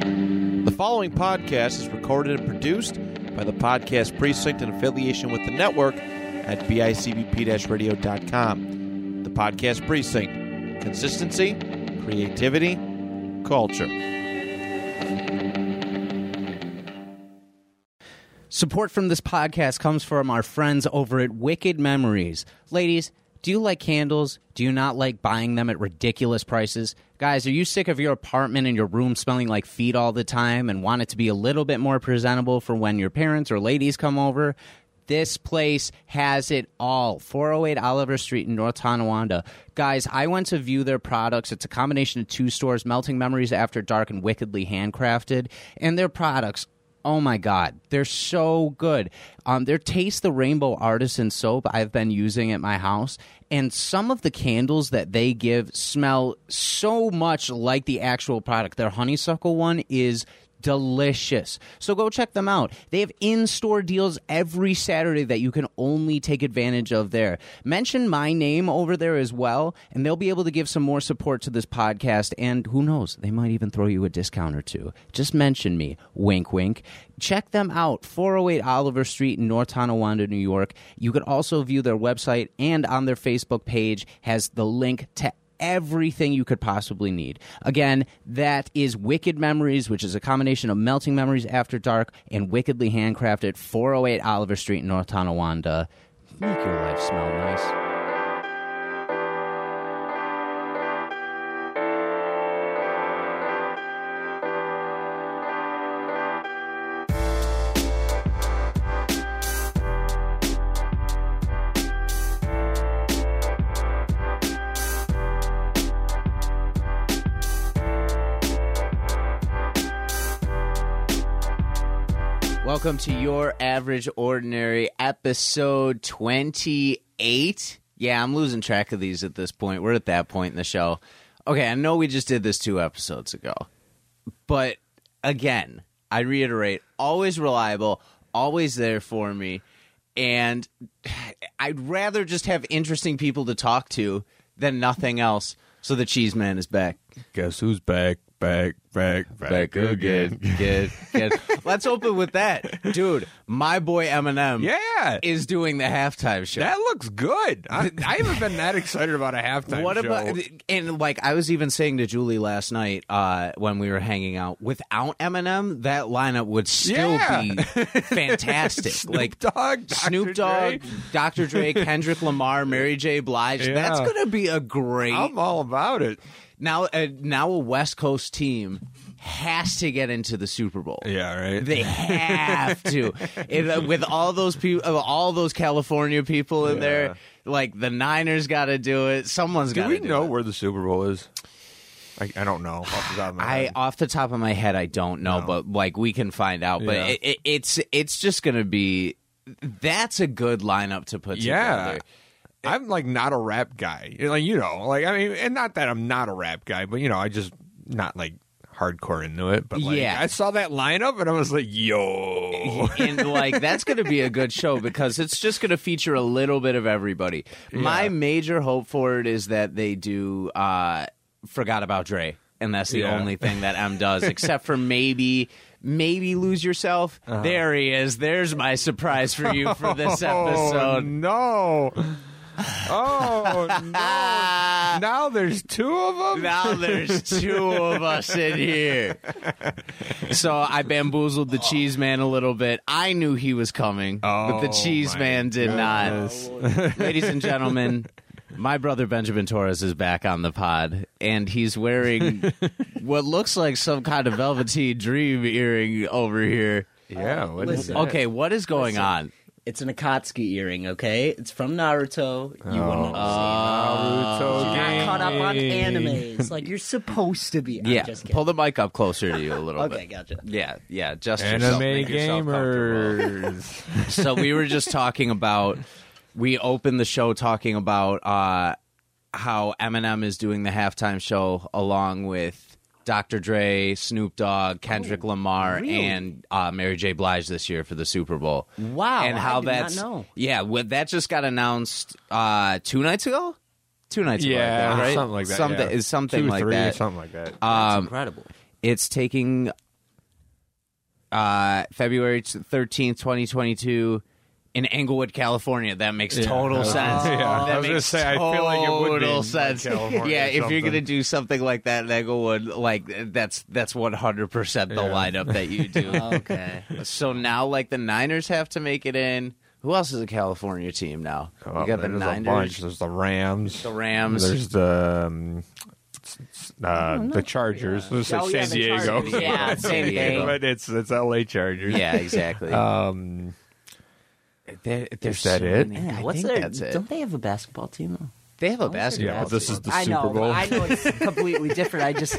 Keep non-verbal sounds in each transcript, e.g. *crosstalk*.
The following podcast is recorded and produced by the Podcast Precinct in affiliation with the network at bicbp radio.com. The Podcast Precinct consistency, creativity, culture. Support from this podcast comes from our friends over at Wicked Memories. Ladies, do you like candles? Do you not like buying them at ridiculous prices? Guys, are you sick of your apartment and your room smelling like feet all the time and want it to be a little bit more presentable for when your parents or ladies come over? This place has it all. 408 Oliver Street in North Tonawanda. Guys, I went to view their products. It's a combination of two stores, Melting Memories After Dark and Wickedly Handcrafted. And their products Oh my God, they're so good. Um, their Taste the Rainbow Artisan soap I've been using at my house, and some of the candles that they give smell so much like the actual product. Their honeysuckle one is delicious. So go check them out. They have in-store deals every Saturday that you can only take advantage of there. Mention my name over there as well and they'll be able to give some more support to this podcast and who knows, they might even throw you a discount or two. Just mention me. Wink wink. Check them out. 408 Oliver Street in North Tonawanda, New York. You could also view their website and on their Facebook page has the link to everything you could possibly need. Again, that is Wicked Memories, which is a combination of Melting Memories After Dark and Wickedly Handcrafted 408 Oliver Street, in North Tonawanda. Make your life smell nice. Welcome to Your Average Ordinary, episode 28. Yeah, I'm losing track of these at this point. We're at that point in the show. Okay, I know we just did this two episodes ago. But again, I reiterate, always reliable, always there for me. And I'd rather just have interesting people to talk to than nothing else. So the cheese man is back. Guess who's back, back, back, back, Good, *laughs* good. Let's open with that. Dude, my boy Eminem Yeah, is doing the halftime show. that looks good. I, I haven't been that excited about a halftime what show. about and like I was even saying to Julie last night uh, when we were hanging out, without Eminem, that lineup would still Yeah. *laughs* be *laughs* fantastic. like Dog, Snoop Dogg, Dr. *laughs* Dre, Kendrick Lamar, Mary J. Blige. Yeah. That's gonna be a great I'm all about it. now. Uh, now a West Coast team has to get into the Super Bowl. Yeah, right. They have to. It, uh, with all those people, all those California people in there, like the Niners got to do it. Someone's got to do we do know it. where the Super Bowl is? I, I don't know. Off the top of my I head. off the top of my head, I don't know, but like we can find out. But Yeah. it, it, it's it's just gonna be. That's a good lineup to put yeah. together. I'm like not a rap guy. Like you know, like I mean, and not that I'm not a rap guy, but you know, I just not like hardcore into it. But like, Yeah. I saw that lineup and I was like, yo, *laughs* and like that's going to be a good show because it's just going to feature a little bit of everybody. My major hope for it is that they do uh forgot about Dre and that's the Yeah. only thing that M does except for maybe maybe lose yourself. There he is. There's my surprise for you for this Oh episode. no! Oh *laughs* no! Ah, Now there's two of them. now there's two of us in here. So I bamboozled the cheese man a little bit. I knew he was coming, but the Oh, cheese my man did goodness. not. Ladies and gentlemen, my brother Benjamin Torres is back on the pod, and he's wearing what looks like some kind of velveteen dream earring over here. yeah. What is Listen. that? Okay, what is going Listen. on? It's an Akatsuki earing, okay? It's from Naruto. You Oh. wouldn't understand. Naruto You're not caught up on gang. animes. Like you're supposed to be. I'm Yeah, just kidding. pull the mic up closer to you a little okay, bit. gotcha. Yeah, yeah, just yourself, Anime make yourself comfortable. gamers. so we were just talking about we opened the show talking about uh how Eminem is doing the halftime show along with Dr. Dre, Snoop Dogg, Kendrick Oh, Lamar, and uh, Mary J. Blige this year for the Super Bowl. Wow, and how I did not that's know. yeah, what, that just got announced uh, two nights ago, two nights ago, I think, right? something like that. something yeah. something Two, like Uh, three, that. Something like that. That's Um, incredible. it's Um, taking uh, February thirteenth, twenty twenty-two, in Englewood, California. That makes total that was- sense. *laughs* yeah, I that was gonna makes say, I feel like it would be total in sense. California *laughs* yeah, or if you're something. gonna do something like that in Englewood, like that's that's one hundred percent the lineup that you *laughs* do. Okay. so now, like the Niners have to make it in. Who else is a California team now? Oh, you got the there's a Niners, bunch. There's the Rams. the Rams. Oh, There's the um, s- s- uh, the Chargers. Let's say Oh, yeah, San the Diego. Chargers. Yeah, San Diego. *laughs* but it's it's L.A. Chargers. yeah, *laughs* exactly. Um, There- there's is that so it? many. Yeah, I what's think their, that's it. Don't they have a basketball team? Though? They have a yeah, basketball. but this is the I Super know. Bowl. I know *laughs* it's completely different. I just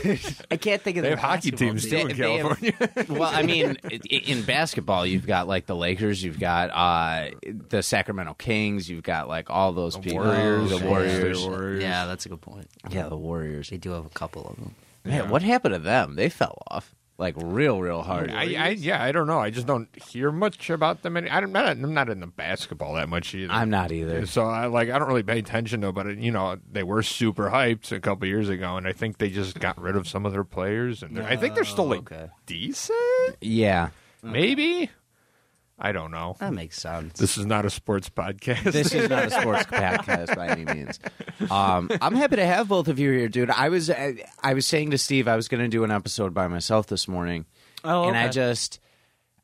I can't think of. the they have hockey basketball teams too team. in They- they have- California. *laughs* well, I mean, i- in basketball, you've got like the Lakers, you've got uh, the Sacramento Kings, you've got like all those people, Warriors, the yeah. Warriors, They're Warriors. Oh, Yeah, that's a good point. yeah, the Warriors. They do have a couple of them. Man, what happened to them? They fell off like real, real hard. I, I, yeah, I don't know. I just don't hear much about them. Any, I'm not. I'm not in the basketball that much either. I'm not either. So I like. I don't really pay attention to. it, But you know, they were super hyped a couple years ago, and I think they just got rid of some of their players. And they're- I think they're still Oh, like okay. decent, Yeah, maybe. I don't know. Uh, That makes sense. This is not a sports podcast. this is not a sports podcast by any means. Um, I'm happy to have both of you here, dude. I was I, I was saying to Steve I was going to do an episode by myself this morning, Oh, and I okay. just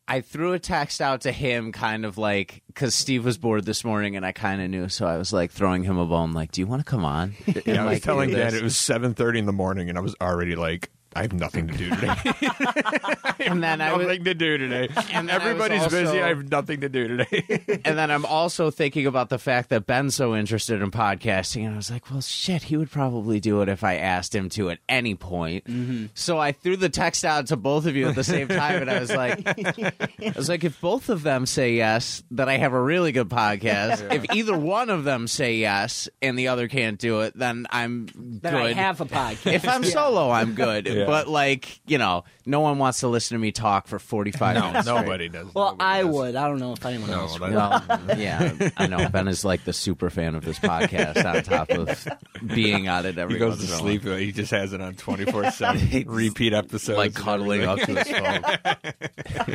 I threw a text out to him, kind of like because Steve was bored this morning, and I kind of knew, so I was like throwing him a bone, like, "Do you want to come on?" *laughs* *laughs* yeah, I was like, telling do Dad this. it was seven thirty in the morning, and I was already like, I have nothing to do today. and then *laughs* I was, *laughs* nothing to do today. And then *laughs* I was Everybody's busy. also- I have nothing to do today. and then I'm also thinking about the fact that Ben's so interested in podcasting, and I was like, well, shit, he would probably do it if I asked him to at any point. Mm-hmm. So I threw the text out to both of you at the same time, and I was *laughs* like, I was like, if both of them say yes, that I have a really good podcast. If either one of them say yes and the other can't do it, then I'm Then good. I have a podcast. *laughs* if *laughs* I'm Yeah. solo, I'm good. Yeah. But like, you know, no one wants to listen to me talk for 45 minutes. *laughs* straight. does. well, I would. I don't know if anyone else. would. yeah, I know. Ben is like the super fan of this podcast on top of being on it every He goes once to in a sleep. He just has it on twenty *laughs* four seven. It's Repeat while. episodes. Like cuddling up to his phone.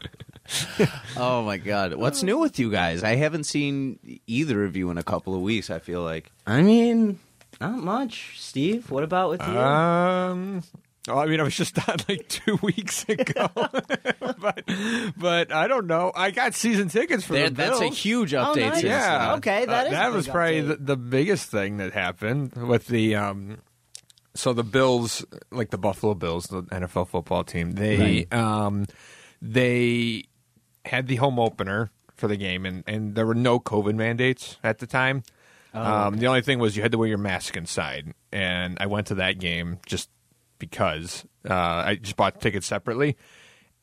*laughs* oh my god. What's new with you guys? I haven't seen either of you in a couple of weeks, I feel like. I mean, not much. Steve, what about with you? Um. Oh, I mean, I was just on like two weeks ago, *laughs* but but I don't know. I got season tickets for There- the that's a Bills. huge update nice. since Yeah. then. Okay, that Uh, is a that big was probably update. the, the biggest thing that happened with the um so the Bills, like the Buffalo Bills, the NFL football team, they um they had the home opener for the game and and there were no COVID mandates at the time. Oh, um the only thing was you had to wear your mask inside and I went to that game just because uh I just bought tickets separately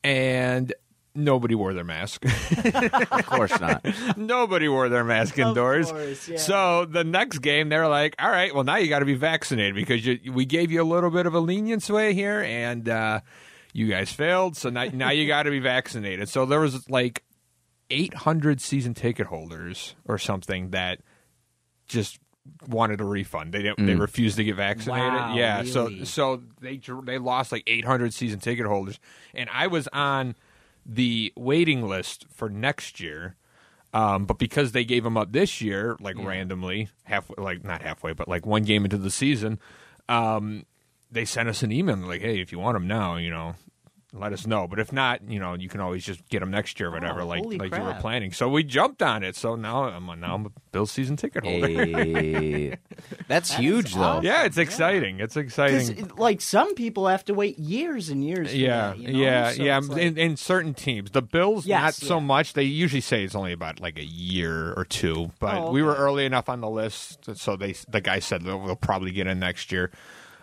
and nobody wore their mask. *laughs* Of course not. Nobody wore their mask indoors. course, yeah. So the next game, they're like, "All right, well now you got to be vaccinated because you, we gave you a little bit of a lenience way here, and uh, you guys failed. So now, now you got to be vaccinated." So there was like 800 season ticket holders or something that just wanted a refund. They didn't. They refused to get vaccinated. Wow, yeah. So really? so they dr- they lost like 800 season ticket holders, and I was on the waiting list for next year. Um, but because they gave them up this year, like randomly, halfway, like not halfway, but like one game into the season, um, they sent us an email like, "Hey, if you want them now, you know, let us know. But if not, you know, you can always just get them next year, or whatever. like Oh, holy like you were crap. planning. So we jumped on it. So now I'm a, now I'm a Bill's season ticket holder. Hey. That's huge though. *laughs* Yeah, it's exciting. It's 'Cause, exciting. like some people have to wait years and years. for Yeah, that, you know? yeah, So yeah. it's like- in, in certain teams, the Bills Yes, not so yeah. much. They usually say it's only about like a year or two. But Oh, we were okay. early enough on the list, so they the guy said they'll, they'll probably get in next year.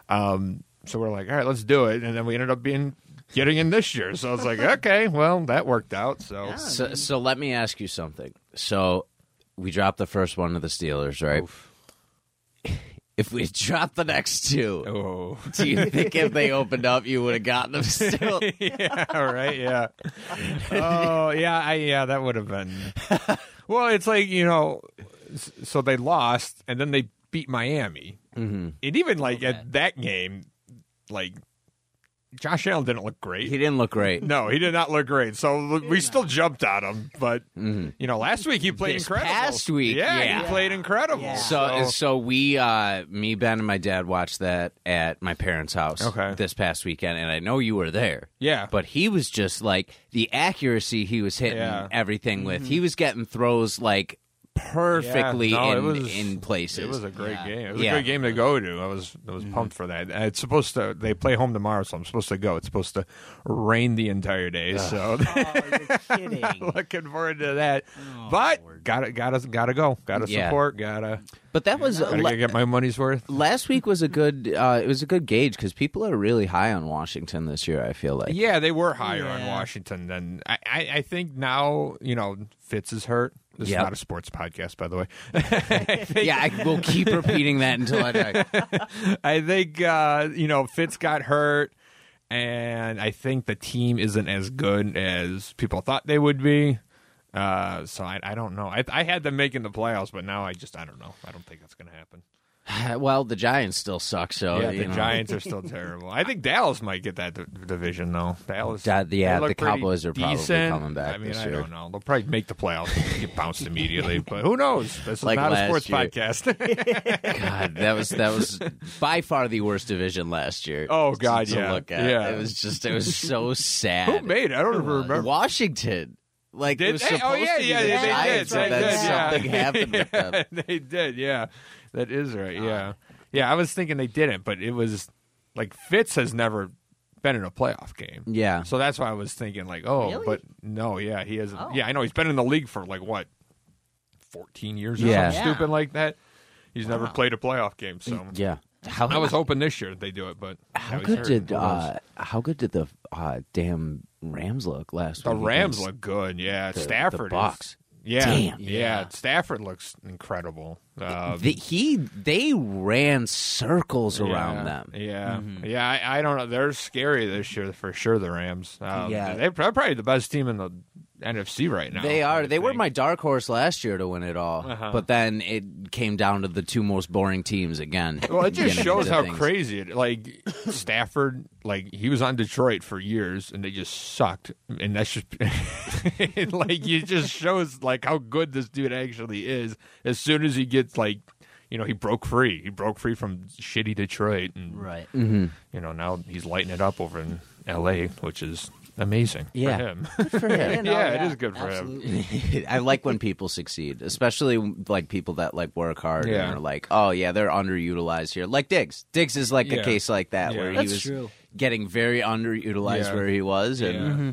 Um, so we're like, all right, let's do it, and then we ended up being getting in this year. So I *laughs* was like, okay, well, that worked out. So So, so let me ask you something. So we dropped the first one to the Steelers, right? If we dropped the next two, *laughs* Oh. do you think if they opened up, you would have gotten them *laughs* still? *laughs* yeah, right. Yeah. *laughs* Oh, yeah. I yeah, that would *laughs* have been. Well, it's like you know, s- so they lost, and then they beat Miami, mm-hmm. and even like at that game, like Josh Allen didn't look great. He didn't look great. no, he did not look great. So we still jumped on him, but Mm-hmm. you know, last week he played This incredible. past week, yeah, yeah. he played incredible. So, so we, uh, me, Ben, and my dad watched that at my parents' house Okay. this past weekend, and I know you were there. Yeah. but he was just like the accuracy he was hitting Yeah. everything with. He was getting throws like perfectly Yeah, no, in, it was- in places. It was a great game. It was Yeah. a good game to go to. I was I was pumped for that. And It's supposed to they play home tomorrow, so I'm supposed to go. It's supposed to rain the entire day, so *laughs* Oh, you're kidding. looking forward to that. but gotta gotta gotta go. Gotta Yeah. support. Gotta but that was gotta le- get my money's worth. last week was a good. Uh, it was a good gauge because people are really high on Washington this year. I feel like. *laughs* Yeah, they were higher on Yeah. Washington than I, I. I think now you know Fitz is hurt. This Yep. is not a sports podcast, by the way. Yeah, I will keep repeating that until I die. *laughs* *sighs* I think uh, you know Fitz got hurt, and I think the team isn't as good as people thought they would be. Uh, so I, I don't know. I, I had them making the playoffs, but now I just I don't know. I don't think that's going to happen. Well, the Giants still suck. So yeah, Oh, you the know. Giants are still terrible. I think Dallas might get that d- division though. Dallas, Da- yeah, they look the pretty Cowboys are probably decent. coming back I mean, this I year. don't know. They'll probably make the playoffs, and get bounced immediately. But who knows? This is Like not a last sports year. *laughs* podcast. *laughs* God, that was that was by far the worst division last year. Oh, to- God, to yeah. look at. Yeah. it was just it was *laughs* so who sad. Uh, made? it? I don't even remember. Washington? Like Did it was they? Oh, supposed yeah, to be yeah, the they- they Giants, did, but they then did, yeah. *laughs* something happened with them. Ah. they did, yeah. That is right, yeah. Yeah, I was thinking they didn't, but it was like Fitz has never been in a playoff game. Yeah. So that's why I was thinking like, oh, Really? but no, yeah, he hasn't. Oh. Yeah, I know he's been in the league for like what? 14 years or Yeah. Mm, something Yeah. stupid like that. He's never played a playoff game, so Yeah. How, I was hoping this year they do it, but how now he's good hurt. did Who knows? uh, how good did the uh, damn Rams look last The week? Rams against- look good, yeah. the Stafford, is- Bucks. yeah, Damn. yeah, Stafford looks incredible. Uh, The, he they ran circles yeah. around them. Yeah, yeah. I, I don't know. They're scary this year for sure. The Rams. Um, Yeah. they're prob- probably the best team in the NFC right now. They are. I They were think. my dark horse last year to win it all, Uh-huh. but then it came down to the two most boring teams again. *laughs* Well, it just Getting shows into how things. crazy it. Like Stafford, like he was on Detroit for years, and they just sucked. And that's just *laughs* like it just shows like how good this dude actually is. As soon as he gets like, you know, he broke free. He broke free from shitty Detroit, and Right. you know now he's lighting it up over in L.A., which is amazing *laughs* Yeah. for him. Yeah, no, Yeah, it is good for him. absolutely. I like when people succeed, especially like people that like work hard Yeah. and are like, oh yeah, they're underutilized here. Like Diggs. Diggs is like a Yeah. case like that Yeah. where That's he was *laughs* true. getting very underutilized Yeah. where he was, and *laughs* Yeah.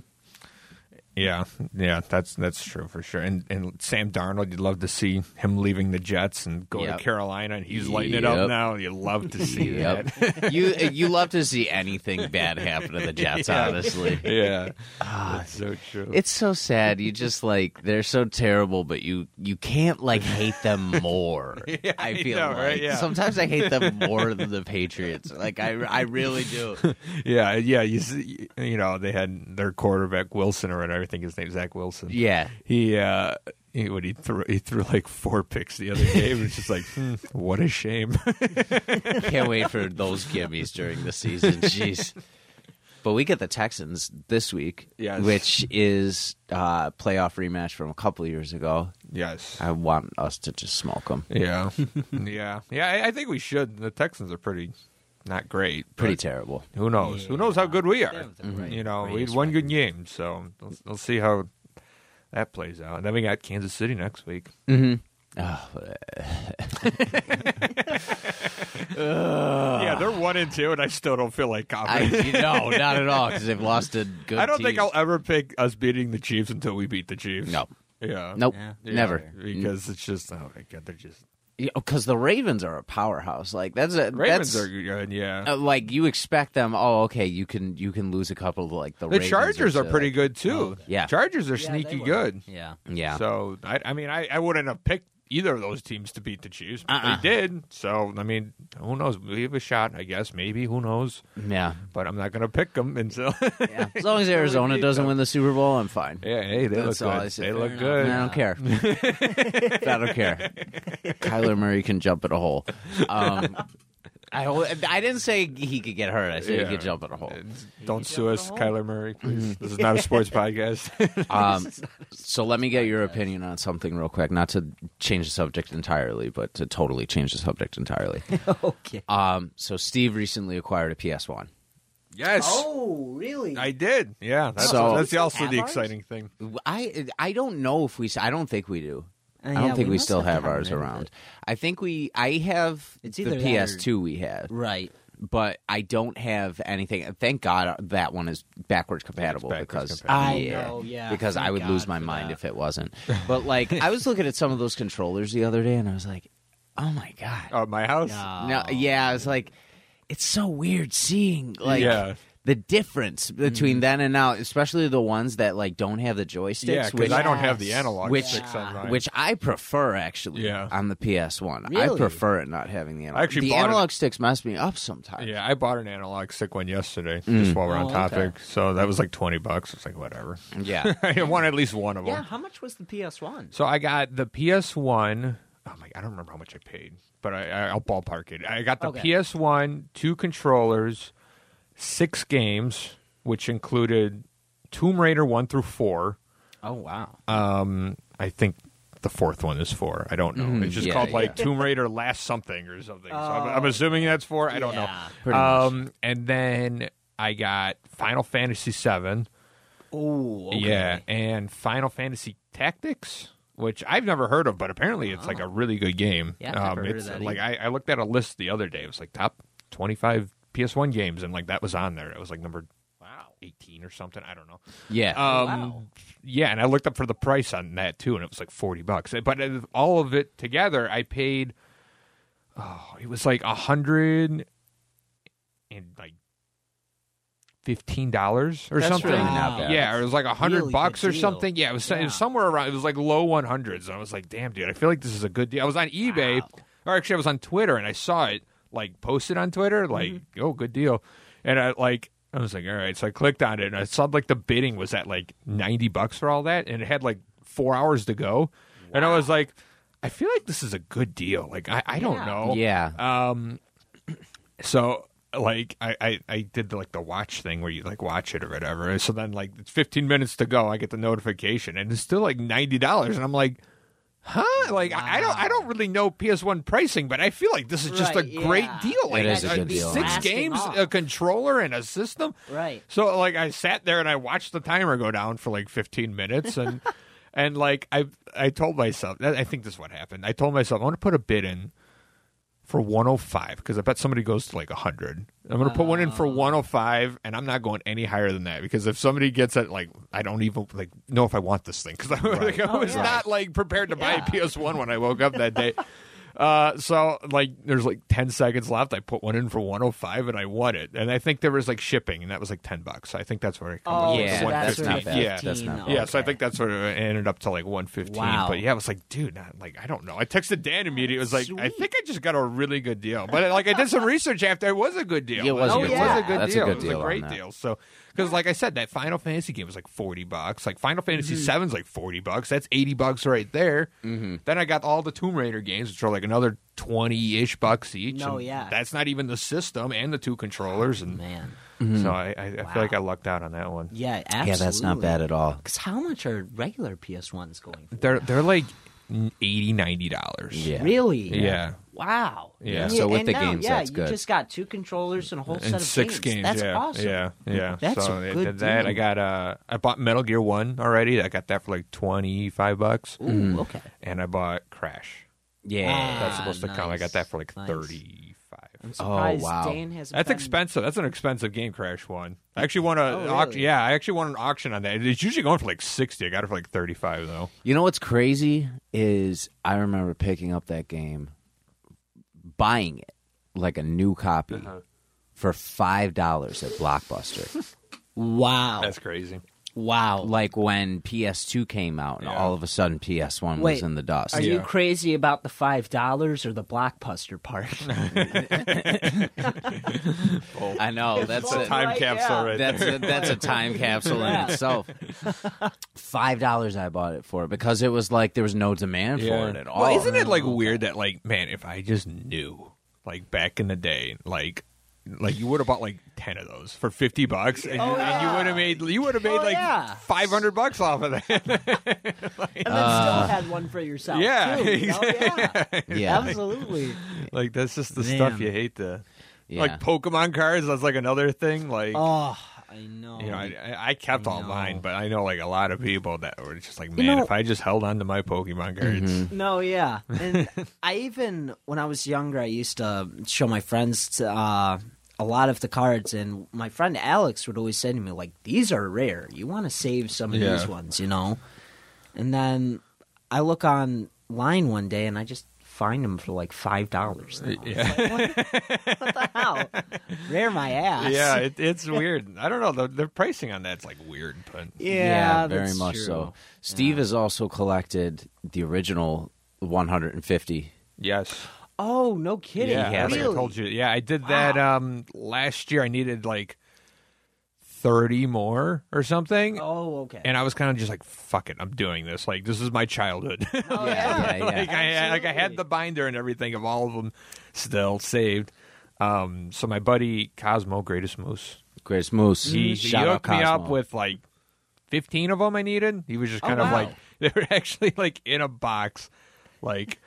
Yeah, yeah, that's that's true for sure. And and Sam Darnold, you'd love to see him leaving the Jets and go Yep. to Carolina, and he's lighting it up Yep. now. You'd love to see Yep. *laughs* that. you you love to see anything bad happen to the *laughs* Jets, honestly. yeah, Ah, that's so true. It's so sad. You just like they're so terrible, but you you can't like hate *laughs* them more. I I feel know, like right? Yeah. sometimes I hate *laughs* them more than the Patriots. Like I I really do. yeah, yeah. You see, you know, they had their quarterback Wilson or whatever. I think his name Zach Wilson. Yeah. he uh, he when he threw he threw like four picks the other day. It was just like, hmm, what a shame. *laughs* Can't wait for those gimmies during the *laughs* season. Jeez. But we get the Texans this week, Yes. which is uh, playoff rematch from a couple years ago. yes. I want us to just smoke them. *laughs* Yeah, yeah, yeah. I, I think we should. The Texans are pretty not great. but- Pretty Mm-hmm. terrible. Who knows? Who knows how good we are? Yeah, right. You know, we had one good game, so we'll, we'll see how that plays out. And then we got Kansas City next week. *laughs* Oh, *laughs* yeah, they're one and two, and I still don't feel like uh, I, confident. you know, not at all because they've lost a good. I, don't think team. I'll ever pick us beating the Chiefs until we beat the Chiefs. No. Yeah. Nope. Yeah. Never. Because it's just oh my god, they're just Because oh, the Ravens are a powerhouse. Like that's a Ravens that's, are good. Yeah. uh, like you expect them. Oh, okay. You can you can lose a couple of like the. the Ravens Chargers to, are pretty like- good too. Yeah. Chargers are Yeah, they sneaky were. good. Yeah. Yeah. So I, I mean, I, I wouldn't have picked either of those teams to beat the Chiefs, but Uh-uh. they did. So I mean, who knows? We have a shot, I guess. Maybe who knows? *laughs* yeah. But I'm not going to pick them until. *laughs* yeah, Yeah. As long as Arizona doesn't win the Super Bowl, I'm fine. hey, they That's look all good. I said. Fair They look enough. I good. don't *laughs* care. *laughs* I don't care. Kyler Murray can jump at a hole. Um, I, al- I didn't say he could get hurt. I said Yeah. he could jump in a Uh, hole. Don't sue us, *laughs* Kyler Murray, please. This is not a sports podcast. Um, so let me get your opinion on something real quick. Not to change the subject entirely, but to totally change the subject *laughs* entirely. okay. Um, so Steve recently acquired a PS One. yes. Oh, really? I did. Yeah. That's, So- that's also the Have ours? exciting thing. I I don't know if we. I don't think we do. Uh, I don't yeah, think we we, must still have have gotten ours rid of around. it. I think we. I have It's the either that or- PS2 we had, right. but I don't have anything. Thank God that one is backwards compatible backwards because compatible. I know, yeah, because I thank would lose God my for mind that. if *laughs* it wasn't. But like I was looking at some of those controllers the other day and I was like, oh my god, Uh, my house? No. no, yeah, I was like, it's so weird seeing like Yeah. Mm-hmm. the difference between then and now, especially the ones that like don't have the joysticks, yeah, which because I don't have the Yes. analog Which- Ah, sticks on mine. which I prefer actually Yeah. on the PS One. I Really? prefer it not having the analog. I actually the bought it- analog sticks mess me up sometimes. yeah, I bought an analog stick one yesterday, just while we're on Oh, okay. topic. So that was like 20 bucks. It's like, whatever. *laughs* yeah. I want at least one of them. Yeah, how much was the PS1? So I got the PS1. Oh my! I don't remember how much I paid, but I, I, I'll ballpark it. I got the Okay. PS1, two controllers, six games, which included Tomb Raider one through four. Oh, wow. Um, I think the fourth one is four. I don't know. Mhm, it's just yeah, called like yeah. Tomb Raider Last Something or something. so I'm, Mm-hmm. Oh. I'm assuming that's four. I don't Yeah. know. Pretty much. Um, and then I got Final Fantasy seven. Oh, okay. Yeah, and Final Fantasy Tactics, which I've never heard of, but apparently it's like a really good game. Oh. Yeah, Um, I've never heard of it's that like I, I looked at a list the other day. It was like top twenty-five PS1 games, and like that was on there. It was like number wow eighteen or something. I don't know. Yeah. Um, Wow. Yeah, and I looked up for the price on that too, and it was like forty bucks. But of all of it together, I paid. Oh, it was like a hundred and like fifteen dollars or That's something. really not bad. Yeah, or it was like a hundred Really good bucks or deal. something. Yeah, it was, it Yeah. was somewhere around. It was like low one hundreds, and I was like, "Damn, dude, I feel like this is a good deal." I was on eBay, or actually, I was on Twitter, and I saw it like posted on Twitter, like, "Oh, good deal," and I like. I was like, all right. So I clicked on it and I saw like the bidding was at like 90 bucks for all that. And it had like four hours to go. And I was like, I feel like this is a good deal. Like, I, I don't Yeah. know. yeah. Um, so like I, I I did the, like the watch thing where you like watch it or whatever. So then like it's 15 minutes to go. I get the notification and it's still like ninety dollars, and I'm like. Huh? Like I I don't, I don't really know PS1 pricing, but I feel like this is just Right, a great yeah. deal. Like is a good deal. six Blasting games, off. a controller, and a system. Right. So like I sat there and I watched the timer go down for like 15 minutes and and like I I told myself that- I think this is what happened. I told myself I'm going to put a bid in for 105 because I bet somebody goes to like 100. I'm going to put one in for 105 and I'm not going any higher than that because if somebody gets it like I don't even like know if I want this thing because I, like, I was not like prepared to buy a PS1 when I woke up that day. Uh, so like there's like 10 seconds left. I put one in for 105 and I won it. And I think there was like shipping and that was like 10 bucks. I think that's where it comes Oh, with yeah, the so that's that's where not 115. the bad. Yeah. That's not bad. 15, Yeah, so I okay. think that's sort of it ended up to like 115. Wow. But yeah, I was like, dude, not, like I don't know. I texted Dan immediately. It was like, I think I just got a really good deal. But like I did some research after it was a good deal. It was a Like, good it deal. was a good That's a deal. good it was deal a on great that. deal. So because like I said, that Final Fantasy game was like 40 bucks. Like Final Fantasy Seven's like 40 bucks. That's 80 bucks right there. Then I got all the Tomb Raider games, which are like another 20 ish bucks each. No, and yeah. That's not even the system and the two controllers. And Man. so I, I, I feel like I lucked out on that one. Yeah, absolutely. Yeah, that's not bad at all. Because how much are regular PS1s going for? They're they're like 80 90 dollars. Yeah. Really? Yeah. Wow. Yeah. And So you- with and the now, games, yeah, that's good. You just got two controllers and a whole set And of six games. That's yeah, awesome. yeah, yeah. That's so a I good did that. deal. I got uh, I bought Metal Gear One already. I got that for like twenty five bucks, Ooh, okay. and I bought Crash. Yeah. That's Ah, supposed to come. I got that for like nice. thirty five. Surprised wow. Dan has Oh, That's expensive. That's an expensive game, Crash One. I actually won a Oh, really? auction. Yeah, I actually won an auction on that. It's usually going for like sixty. I got it for like thirty five though. You know what's crazy is I remember picking up that game, buying it like a new copy for five dollars at *laughs* Blockbuster. Wow. That's crazy. wow. like when PS2 came out, and Yeah. all of a sudden PS1 was Wait, in the dust. Are you Yeah. crazy about the five dollars or the blockbuster *laughs* part? *laughs* I know that's It's a a, time Right, capsule yeah. *laughs* right that's a, that's a time capsule in itself. Five dollars I bought it for because it was like there was no demand for it at all. Mm-hmm. Well, isn't it like weird that like, man, if I just knew like back in the day, like like you would have bought like ten of those for fifty bucks, and, you- and you would have made you would have made Oh, like yeah. five hundred bucks off of that. *laughs* and then still had one for yourself. Uh, yeah, *laughs* too, you know? yeah, Yeah. absolutely. like that's just the Man. stuff you hate to. Yeah. Like Pokemon cards, that's like another thing. Like Oh, I know. you know, I, I- I kept all mine, but I know like a lot of people that were just like, man, know- if I just held on to my Pokemon cards, *laughs* No, yeah. And I even when I was younger, I used to show my friends uh, a lot of the cards, and my friend Alex would always say to me, "Like these are rare. You want to save some of Yeah. these ones, you know." And then I look online one day, and I just find them for like five dollars. yeah, What *laughs* the hell? rare my ass. *laughs* yeah, it, it's weird. I don't know. The, the pricing on that's like weird, but Yeah, very that's much true. so. Steve has also collected the original 150. yes, Oh, no kidding. yeah, like I Really? told you, yeah, I did that um last year. I needed like thirty more or something. Oh, okay. And I was kind of just like, "Fuck it, I'm doing this. Like, this is my childhood." *laughs* oh, Yeah, yeah. like I had, like I had Absolutely. the binder and everything of all of them still saved. Um, so my buddy Cosmo, greatest moose, Greatest Moose. Mm, he, he Shout out hooked me up Cosmo. with like fifteen of them I needed. He was just Oh, kind of wow. like *laughs* they were actually like in a box, like.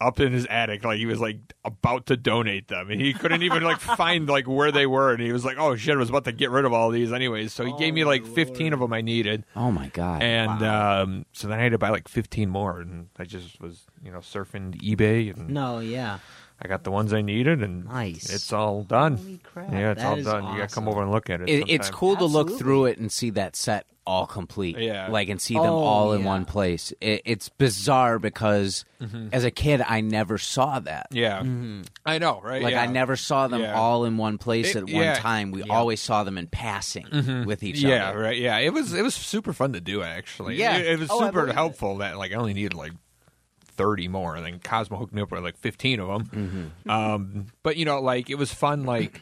Up in his attic, like he was like about to donate them, and he couldn't even *laughs* like find like where they were, and he was like, "Oh shit, I was about to get rid of all these anyways." So he gave Oh, me like fifteen of them I needed, Oh my god. and um, so then I had to buy like 15 more, and I just was, you know, surfing eBay, and No, yeah. I got the ones I needed, and Nice. it's all done. Holy crap, Yeah, it's that all is done. You got to come awesome. over and look at it. It- it's sometime. cool to look Absolutely. through it and see that set all complete. Yeah. Like, and see them Oh, all in yeah. one place. It, it's bizarre because as a kid, I never saw that. Mm-hmm. Yeah, Mm-hmm. I know, right? Like, yeah. I never saw them Yeah. all in one place It- at one yeah. Mm-hmm. time. We always saw them in passing with each Yeah, other. right. Yeah, it was it was super fun to do actually. Yeah. it, it was Oh, I super believe it. helpful that like I only needed like thirty more, and then Cosmo hooked me up with like fifteen of them. Mm-hmm. Um, but you know, like it was fun like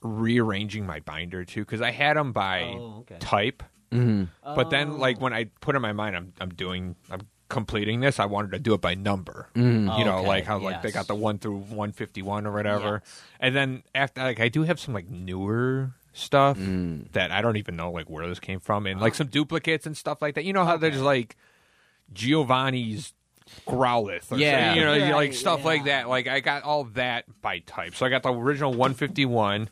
rearranging my binder too because I had them by Oh, okay. type, but Oh. then like when I put in my mind, I'm I'm doing I'm completing this. I wanted to do it by number. You know, Okay, like how like they yes. got the one through one fifty one or whatever. And then after like I do have some like newer stuff that I don't even know like where this came from and Oh. like some duplicates and stuff like that. You know how there's like Giovanni's Growlith or Yeah. yeah. you know, you- like Right, stuff like yeah. that. Like I got all that by type. So I got the original one fifty one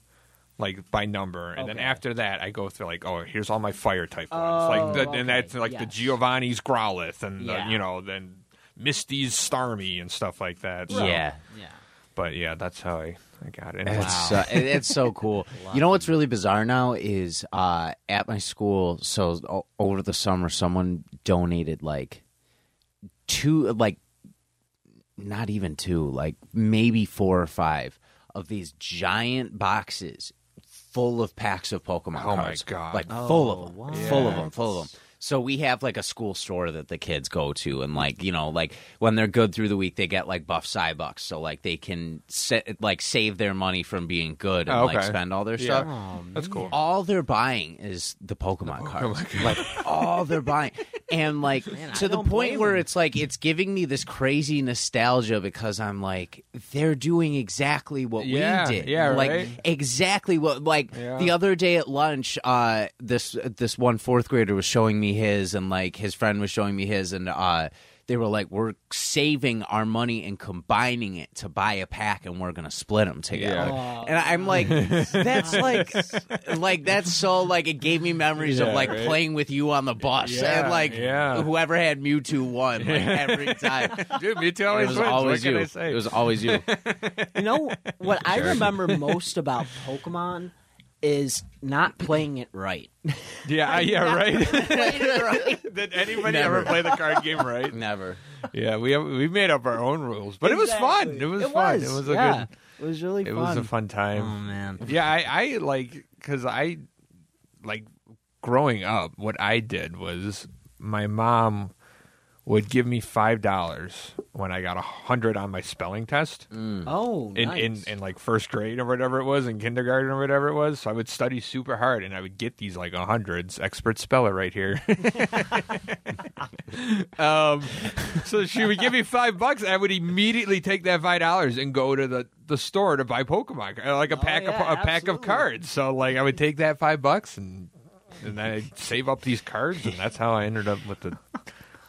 like by number, and then Okay. after that, I go through like, oh, here's all my fire type ones, Oh, like, the, okay, and that's like the yes. Giovanni's Growlithe, and Yeah. the, you know, then Misty's Starmie and stuff like that. So- Yeah. Yeah. but yeah, that's how I, I got it. It's, uh, it- it's *laughs* so cool. you know what's really bizarre now is uh, at my school. So o- over the summer, someone donated like two, like not even two, like maybe four or five of these giant boxes full of packs of Pokemon Oh my cards. God. Like full of Oh, them, wow. full of them, full of them. So we have like a school store that the kids go to, and like you know, like when they're good through the week, they get like buff cybucks, so like they can sa- like save their money from being good and Oh, like okay. spend all their Yeah. stuff. that's cool. All they're buying is the Oh, Pokemon cards. Like all they're buying, and like to the don't point blame where 'em. it's like it's giving me this crazy nostalgia because I'm like they're doing exactly what Yeah, we did. yeah, like right? exactly what like Yeah. the other day at lunch uh this this one fourth grader was showing me his and like his friend was showing me his and uh they were like we're saving our money and combining it to buy a pack and we're gonna split them together Aw. and i'm *laughs* like that's like like that's so like it gave me memories of Yeah, like right? playing with you on the bus Yeah, and like yeah. whoever had mewtwo won like every *laughs* time Dude, me too. it Always was wins. always what you Can I say? it was always *laughs* you You know what I remember most about Pokemon is not playing it right. yeah, I- yeah, right. right *laughs* Did anybody Never. ever play the card game right? never yeah, we have, we made up our own rules, but it was fun. It was fun. It was a yeah. good. It was really It fun. was a fun time. Oh man. *laughs* Yeah, I, I like because I like growing up. What I did was my mom would give me five dollars when I got a hundred on my spelling test Oh, Mm. in, nice. in in like first grade or whatever it was, in kindergarten or whatever it was. So I would study super hard and I would get these like hundreds. Expert speller right here. *laughs* um, so she would give me five bucks. I would immediately take that five dollars and go to the, the store to buy Pokemon, uh, like a pack Oh, yeah, of, a pack of absolutely. cards. So like I would take that five bucks and and then I'd save up these cards, and that's how I ended up with the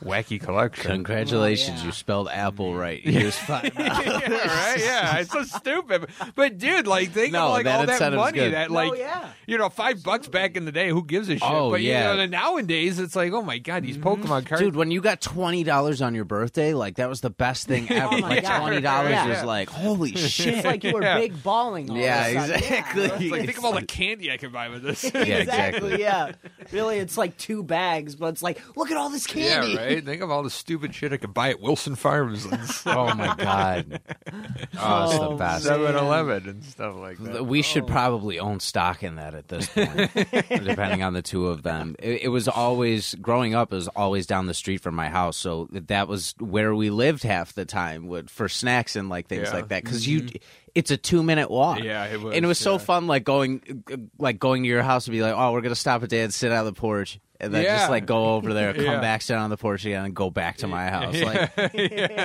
wacky collection. Congratulations, Oh, yeah. you spelled apple right. Here's five dollars. Mm-hmm. *laughs* yeah, right. Yeah, it's so stupid. But dude, like think No, of like that all that incentive's money good. that No, like yeah. *laughs* you know five bucks back in the day. Who gives a shit? Oh, but yeah. Mm-hmm. you know, nowadays it's like oh my god, these Pokemon cards. Dude, when you got twenty dollars on your birthday, like that was the best *laughs* thing ever. Oh my like God. twenty dollars Yeah. was like, *laughs* holy it's shit. like you were Yeah. big balling. All Yeah, of a sudden. exactly. *laughs* *laughs* Yeah. It's like think of all the candy I could buy with this. *laughs* Yeah, *laughs* exactly. Yeah. Really, it's like two bags, but it's like, look at all this candy. *laughs* Yeah, right. Think of all the stupid shit I could buy at Wilson Farms and *laughs* oh my god. Oh, it's the Oh, best. man. 7-Eleven and stuff like that. oh. We should probably own stock in that at this point, *laughs* depending on the two of them. It, it was always growing up. It was always down the street from my house, so that was where we lived half the time would, for snacks and like things Yeah. Mm-hmm. like that. Because you, it's a two minute walk. Yeah, it was, and it was so yeah. fun, like going, like going to your house and be like, oh, we're gonna stop at Dad's, sit out on the porch, and then Yeah. just like go over *laughs* there, come Yeah. back, sit on the porch again, and go back to *laughs* my house. Like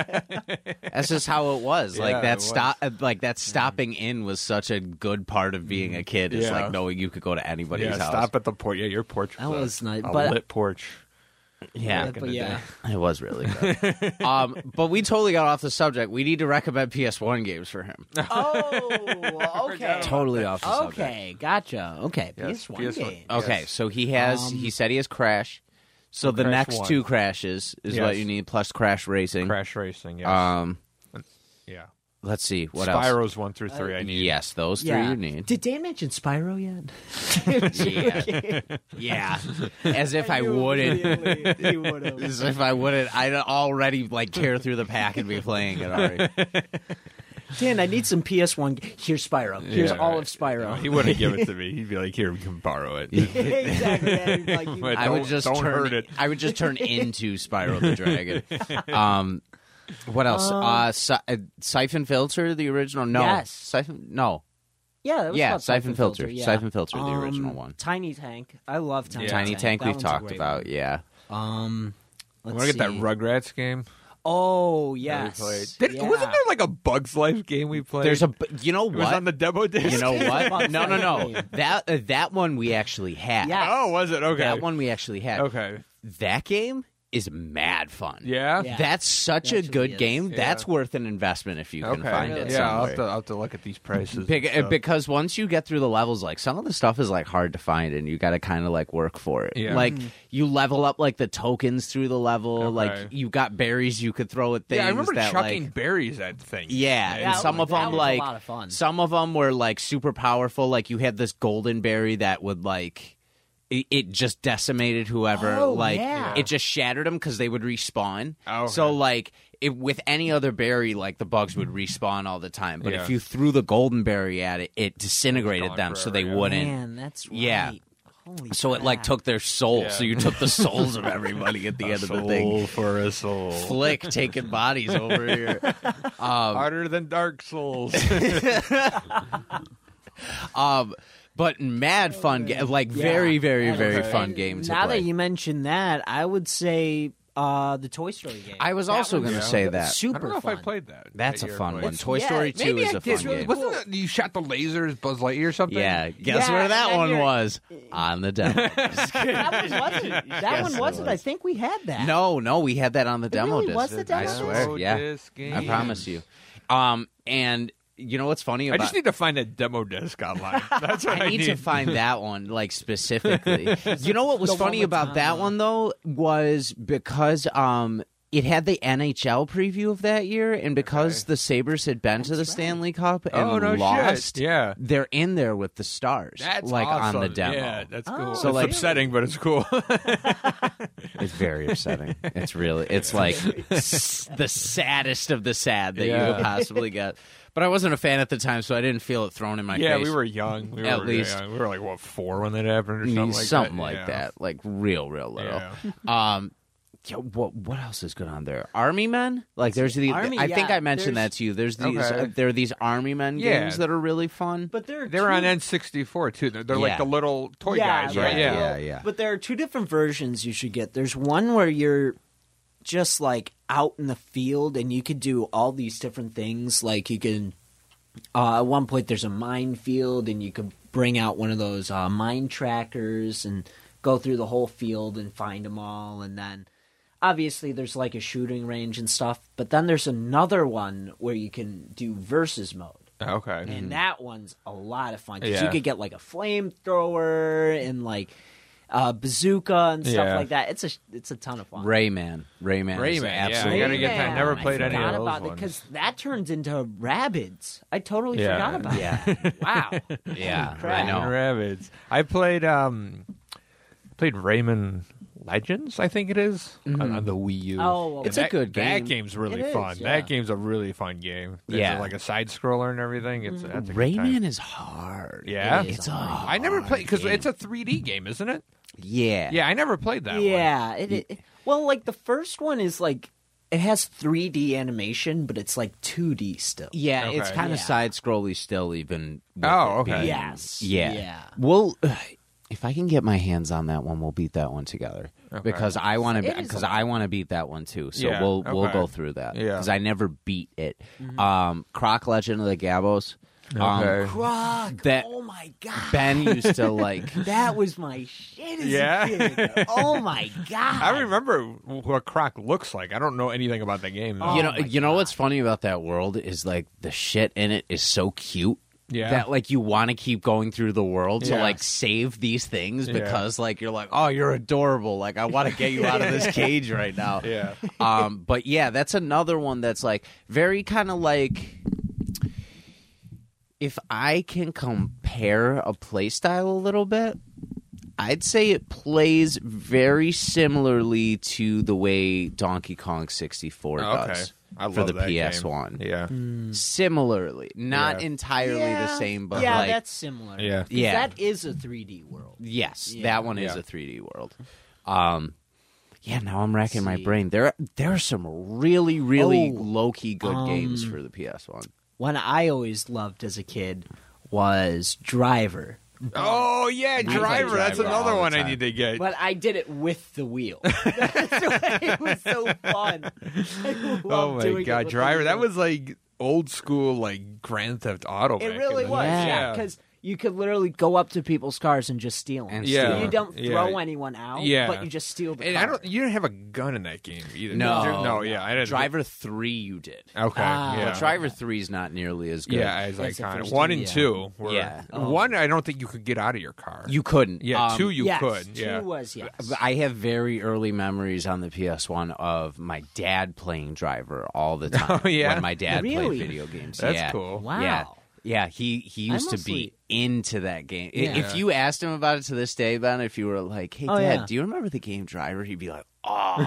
that's just how it was. Yeah, like that it stop, like that stopping in was such a good part of being a kid. Is Yeah. like knowing you could go to anybody's Yeah, house. stop at the porch. Yeah, your porch. That was nice, A but- lit porch. Yeah, *laughs* But yeah. it was really good. um, but we totally got off the subject. We need to recommend PS1 games for him. Oh, okay. totally off the subject. Okay, gotcha. Okay, Yes, PS1 PS1. game. Okay, Yes. Um, so he has. he said he has Crash. So the Crash next one. two crashes is Yes. what you need, plus Crash Racing. Crash Racing. Yes. Um, yeah. let's see what else. Uh, Spyros one through three. I need. Yes, those three you need. Did Dan mention Spyro yet? *laughs* Yeah. yeah. As *laughs* if I, wouldn't. Immediately, he would've. As if I wouldn't. I'd already like tear through the pack and be playing it *laughs* already. Dan, I need some PS1. g- Here's Spyro. Here's Yeah, all right. of Spyro. *laughs* He wouldn't give it to me. He'd be like, "Here, we can borrow *laughs* it." *laughs* exactly. yeah, he'd be like, you- But I *laughs* would don't- just don't turn. hurt it. I would just turn into Spiral the *laughs* Dragon. Um, what else? uh, Sy- uh, Siphon Filter, the original. No, Yes. Siphon. No, yeah, that was yeah, called Siphon Filter. yeah. Siphon Filter, the Um, original one. Tiny Tank. I love Tiny Yeah. Tank. Tiny Tank. That We've one's a talked great about. one. Yeah. Um, I let's want to get that see. Rugrats game. Oh that we yes. played. Did- yeah. Wasn't there like a Bugs Life game we played? There's a. b- You know It was on what? the demo disc. You know what? *laughs* Xbox No, no, no. game. That uh, that one we actually had. Yeah. *laughs* oh, was it? Okay. That one we actually had. Okay. that game is mad fun. Yeah. Yeah. That's such It a actually good is. game. Yeah. That's worth an investment if you can Okay. find it yeah, I'll somewhere. have, to, I'll have to look at these prices. and Bec- stuff. because once you get through the levels, like some of the stuff is like hard to find, and you got to kind of like work for it. Yeah. Like Mm-hmm. you level up like the tokens through the level. Like Okay. you got berries you could throw at things. yeah, I remember that, chucking like- berries at things. yeah, And and that some was- of that them was a like lot of fun. some of them were like super powerful. Like you had this golden berry that would like it, it just decimated whoever. Oh, like yeah. it just shattered them because they would respawn. Oh, okay. So like it, with any other berry, like the bugs would respawn all the time. But if Yeah. you threw the golden berry at it, it disintegrated Gone them, so they forever, yeah. wouldn't. Man, that's right. Yeah. Holy So it like crap. took their soul. Yeah. So you took *laughs* the souls of everybody at the end of the thing. Soul for a soul. Flick taking bodies over here. *laughs* Harder than *laughs* Dark Souls. Um, but mad fun, ga- like very, very, very Okay. fun game to now play. that you mentioned that, I would say uh, the Toy Story game. I was That also one's going to say that. Super I don't know fun. if I played that. That's that a year fun played. one. Toy yeah, Story Two maybe is I a did fun really game. cool. Wasn't it you shot the lasers, Buzz Lightyear or something? Yeah, guess Yeah, where and that then one you're- *laughs* was on the demo. that *laughs* one wasn't. That it one wasn't. I was. think we had that. no, no, we had that on the demo really disc. was the I demo swear, disc? yeah, Disc I promise you. Um, and you know what's funny I about? just need to find a demo *laughs* disc online. That's what I, I need to find that one, like specifically. *laughs* you know what was The one funny with about that Tom. one though was because um it had the NHL preview of that year, and because the Sabers had been to the Stanley Cup and Oh, no shit. lost, Yeah. they're in there with the stars, That's like on awesome. the demo. Oh. Yeah, that's cool. So, it's like- upsetting, but *laughs* it's cool. It's very upsetting. it's really, it's like s- the saddest of the sad that you Yeah. could possibly get. But I wasn't a fan at the time, so I didn't feel it thrown in my *laughs* yeah, face. we were young. We At were least. Mm, young. we were like what four when that happened or something like like that. Yeah. that, like real, real little. Um, yo, what what else is good on there? Army Men? Like there's the Army, I think yeah, I mentioned there's- that to you. There's these Okay. uh, there are these Army Men Yeah. games that are really fun. But there are They're two, on N64 too. They're, they're Yeah. like the little toy guys, yeah, right? yeah, well, yeah. But there are two different versions you should get. There's one where you're just like out in the field and you could do all these different things. Like you can, uh, at one point, there's a minefield and you could bring out one of those uh, mine trackers and go through the whole field and find them all. And then obviously there's like a shooting range and stuff. But then there's another one where you can do versus mode Okay. *laughs* and that one's a lot of fun 'cause Mm-hmm. Yeah. you could get like a flamethrower and like a bazooka and stuff Yeah. like that. It's a it's a ton of fun. Rayman, Rayman, Rayman, is yeah. absolutely. I gotta get that. Never played any of those ones. because that turns into rabbits. I totally Yeah. forgot about that. Wow. Yeah, I Crap. know. Rabbids. I played um played Rayman Legends, I think it is, on, on the Wii U. Oh, okay. Mm-hmm. It's a That- good game. That game's really It is, fun. yeah. That game's a really fun game. There's Yeah. Mm-hmm. like a side scroller and everything. It's that's a good time. Rayman is hard. Yeah, It is It's a hard I never played because game. it's a 3D game, isn't it? yeah. Yeah, I never played that. one. yeah. It, it, well, like the first one is like it has 3D animation, but it's like 2D still. Yeah, it's Okay. kind of Yeah. side scrolly still, even. with it Oh, okay. being- Yes. Yeah. Yeah. Well, *sighs* if I can get my hands on that one, we'll beat that one together because I want to It is because a- I want to beat that one too. So Yeah, we'll we'll okay. go through that Yeah. Mm-hmm. because I never beat it. Um, Croc Legend of the Gabos. Um, Okay. Rock. That- oh my god. Ben used *laughs* to like. That was my shit as Yeah. a kid. Oh my *laughs* god. I remember what Croc looks like. I don't know anything about that game. though. You know, you know what's funny about that world is like the shit in it is so cute. Yeah. That like you want to keep going through the world to Yeah. like save these things Yeah. because like you're like oh you're adorable like I want to get you out of *laughs* this cage right now. Yeah. um, but yeah, that's another one that's like very kind of like if I can compare a play style a little bit, I'd say it plays very similarly to the way Donkey Kong 64 Oh, Okay. does I love for the that game. PS1. Yeah. Mm. Similarly, not Yeah. entirely the Yeah. same, but yeah, like that's *laughs* similar. Yeah. 'Cause Yeah. that is a 3D world. Yes, Yeah. that one is Yeah. a 3D world. Um, yeah, now I'm racking my see. brain. There, there are some really, really Oh, low key good games um, for the PS One. One I always loved as a kid was Driver, Oh yeah, play Driver. That's Driver another all the one I time. need to get. but I did it with the wheel. *laughs* That's why it was so fun. *laughs* I Oh loved doing my it god, with the Driver! That wheel. was like old school, like Grand Theft Auto. It back really in the was, day. yeah, because you could literally go up to people's cars and just steal them. And Yeah. steal you 'em. don't Yeah. throw anyone out, Yeah. but you just steal the And car. I don't. You didn't have a gun in that game either. No, There- no, yeah. I didn't, Driver Three, you did. Okay. Ah. yeah. But Driver Three is not nearly as good. Yeah, as That's the iconic. first One two, and yeah. two were. Yeah. One, I don't think you could get out of your car. you couldn't. Yeah. Um, two, you yes, could. Two yeah. was yes. I have very early memories on the PS1 of my dad playing Driver all the time. *laughs* Oh, yeah? when my dad Really? played video games. That's yeah. cool. Wow. Yeah. Yeah, he he I used to be mostly- into that game. I- Yeah. If you asked him about it to this day, Ben, if you were like, "Hey, Oh, Dad, yeah. do you remember the game Driver?" He'd be like, *laughs* "Oh,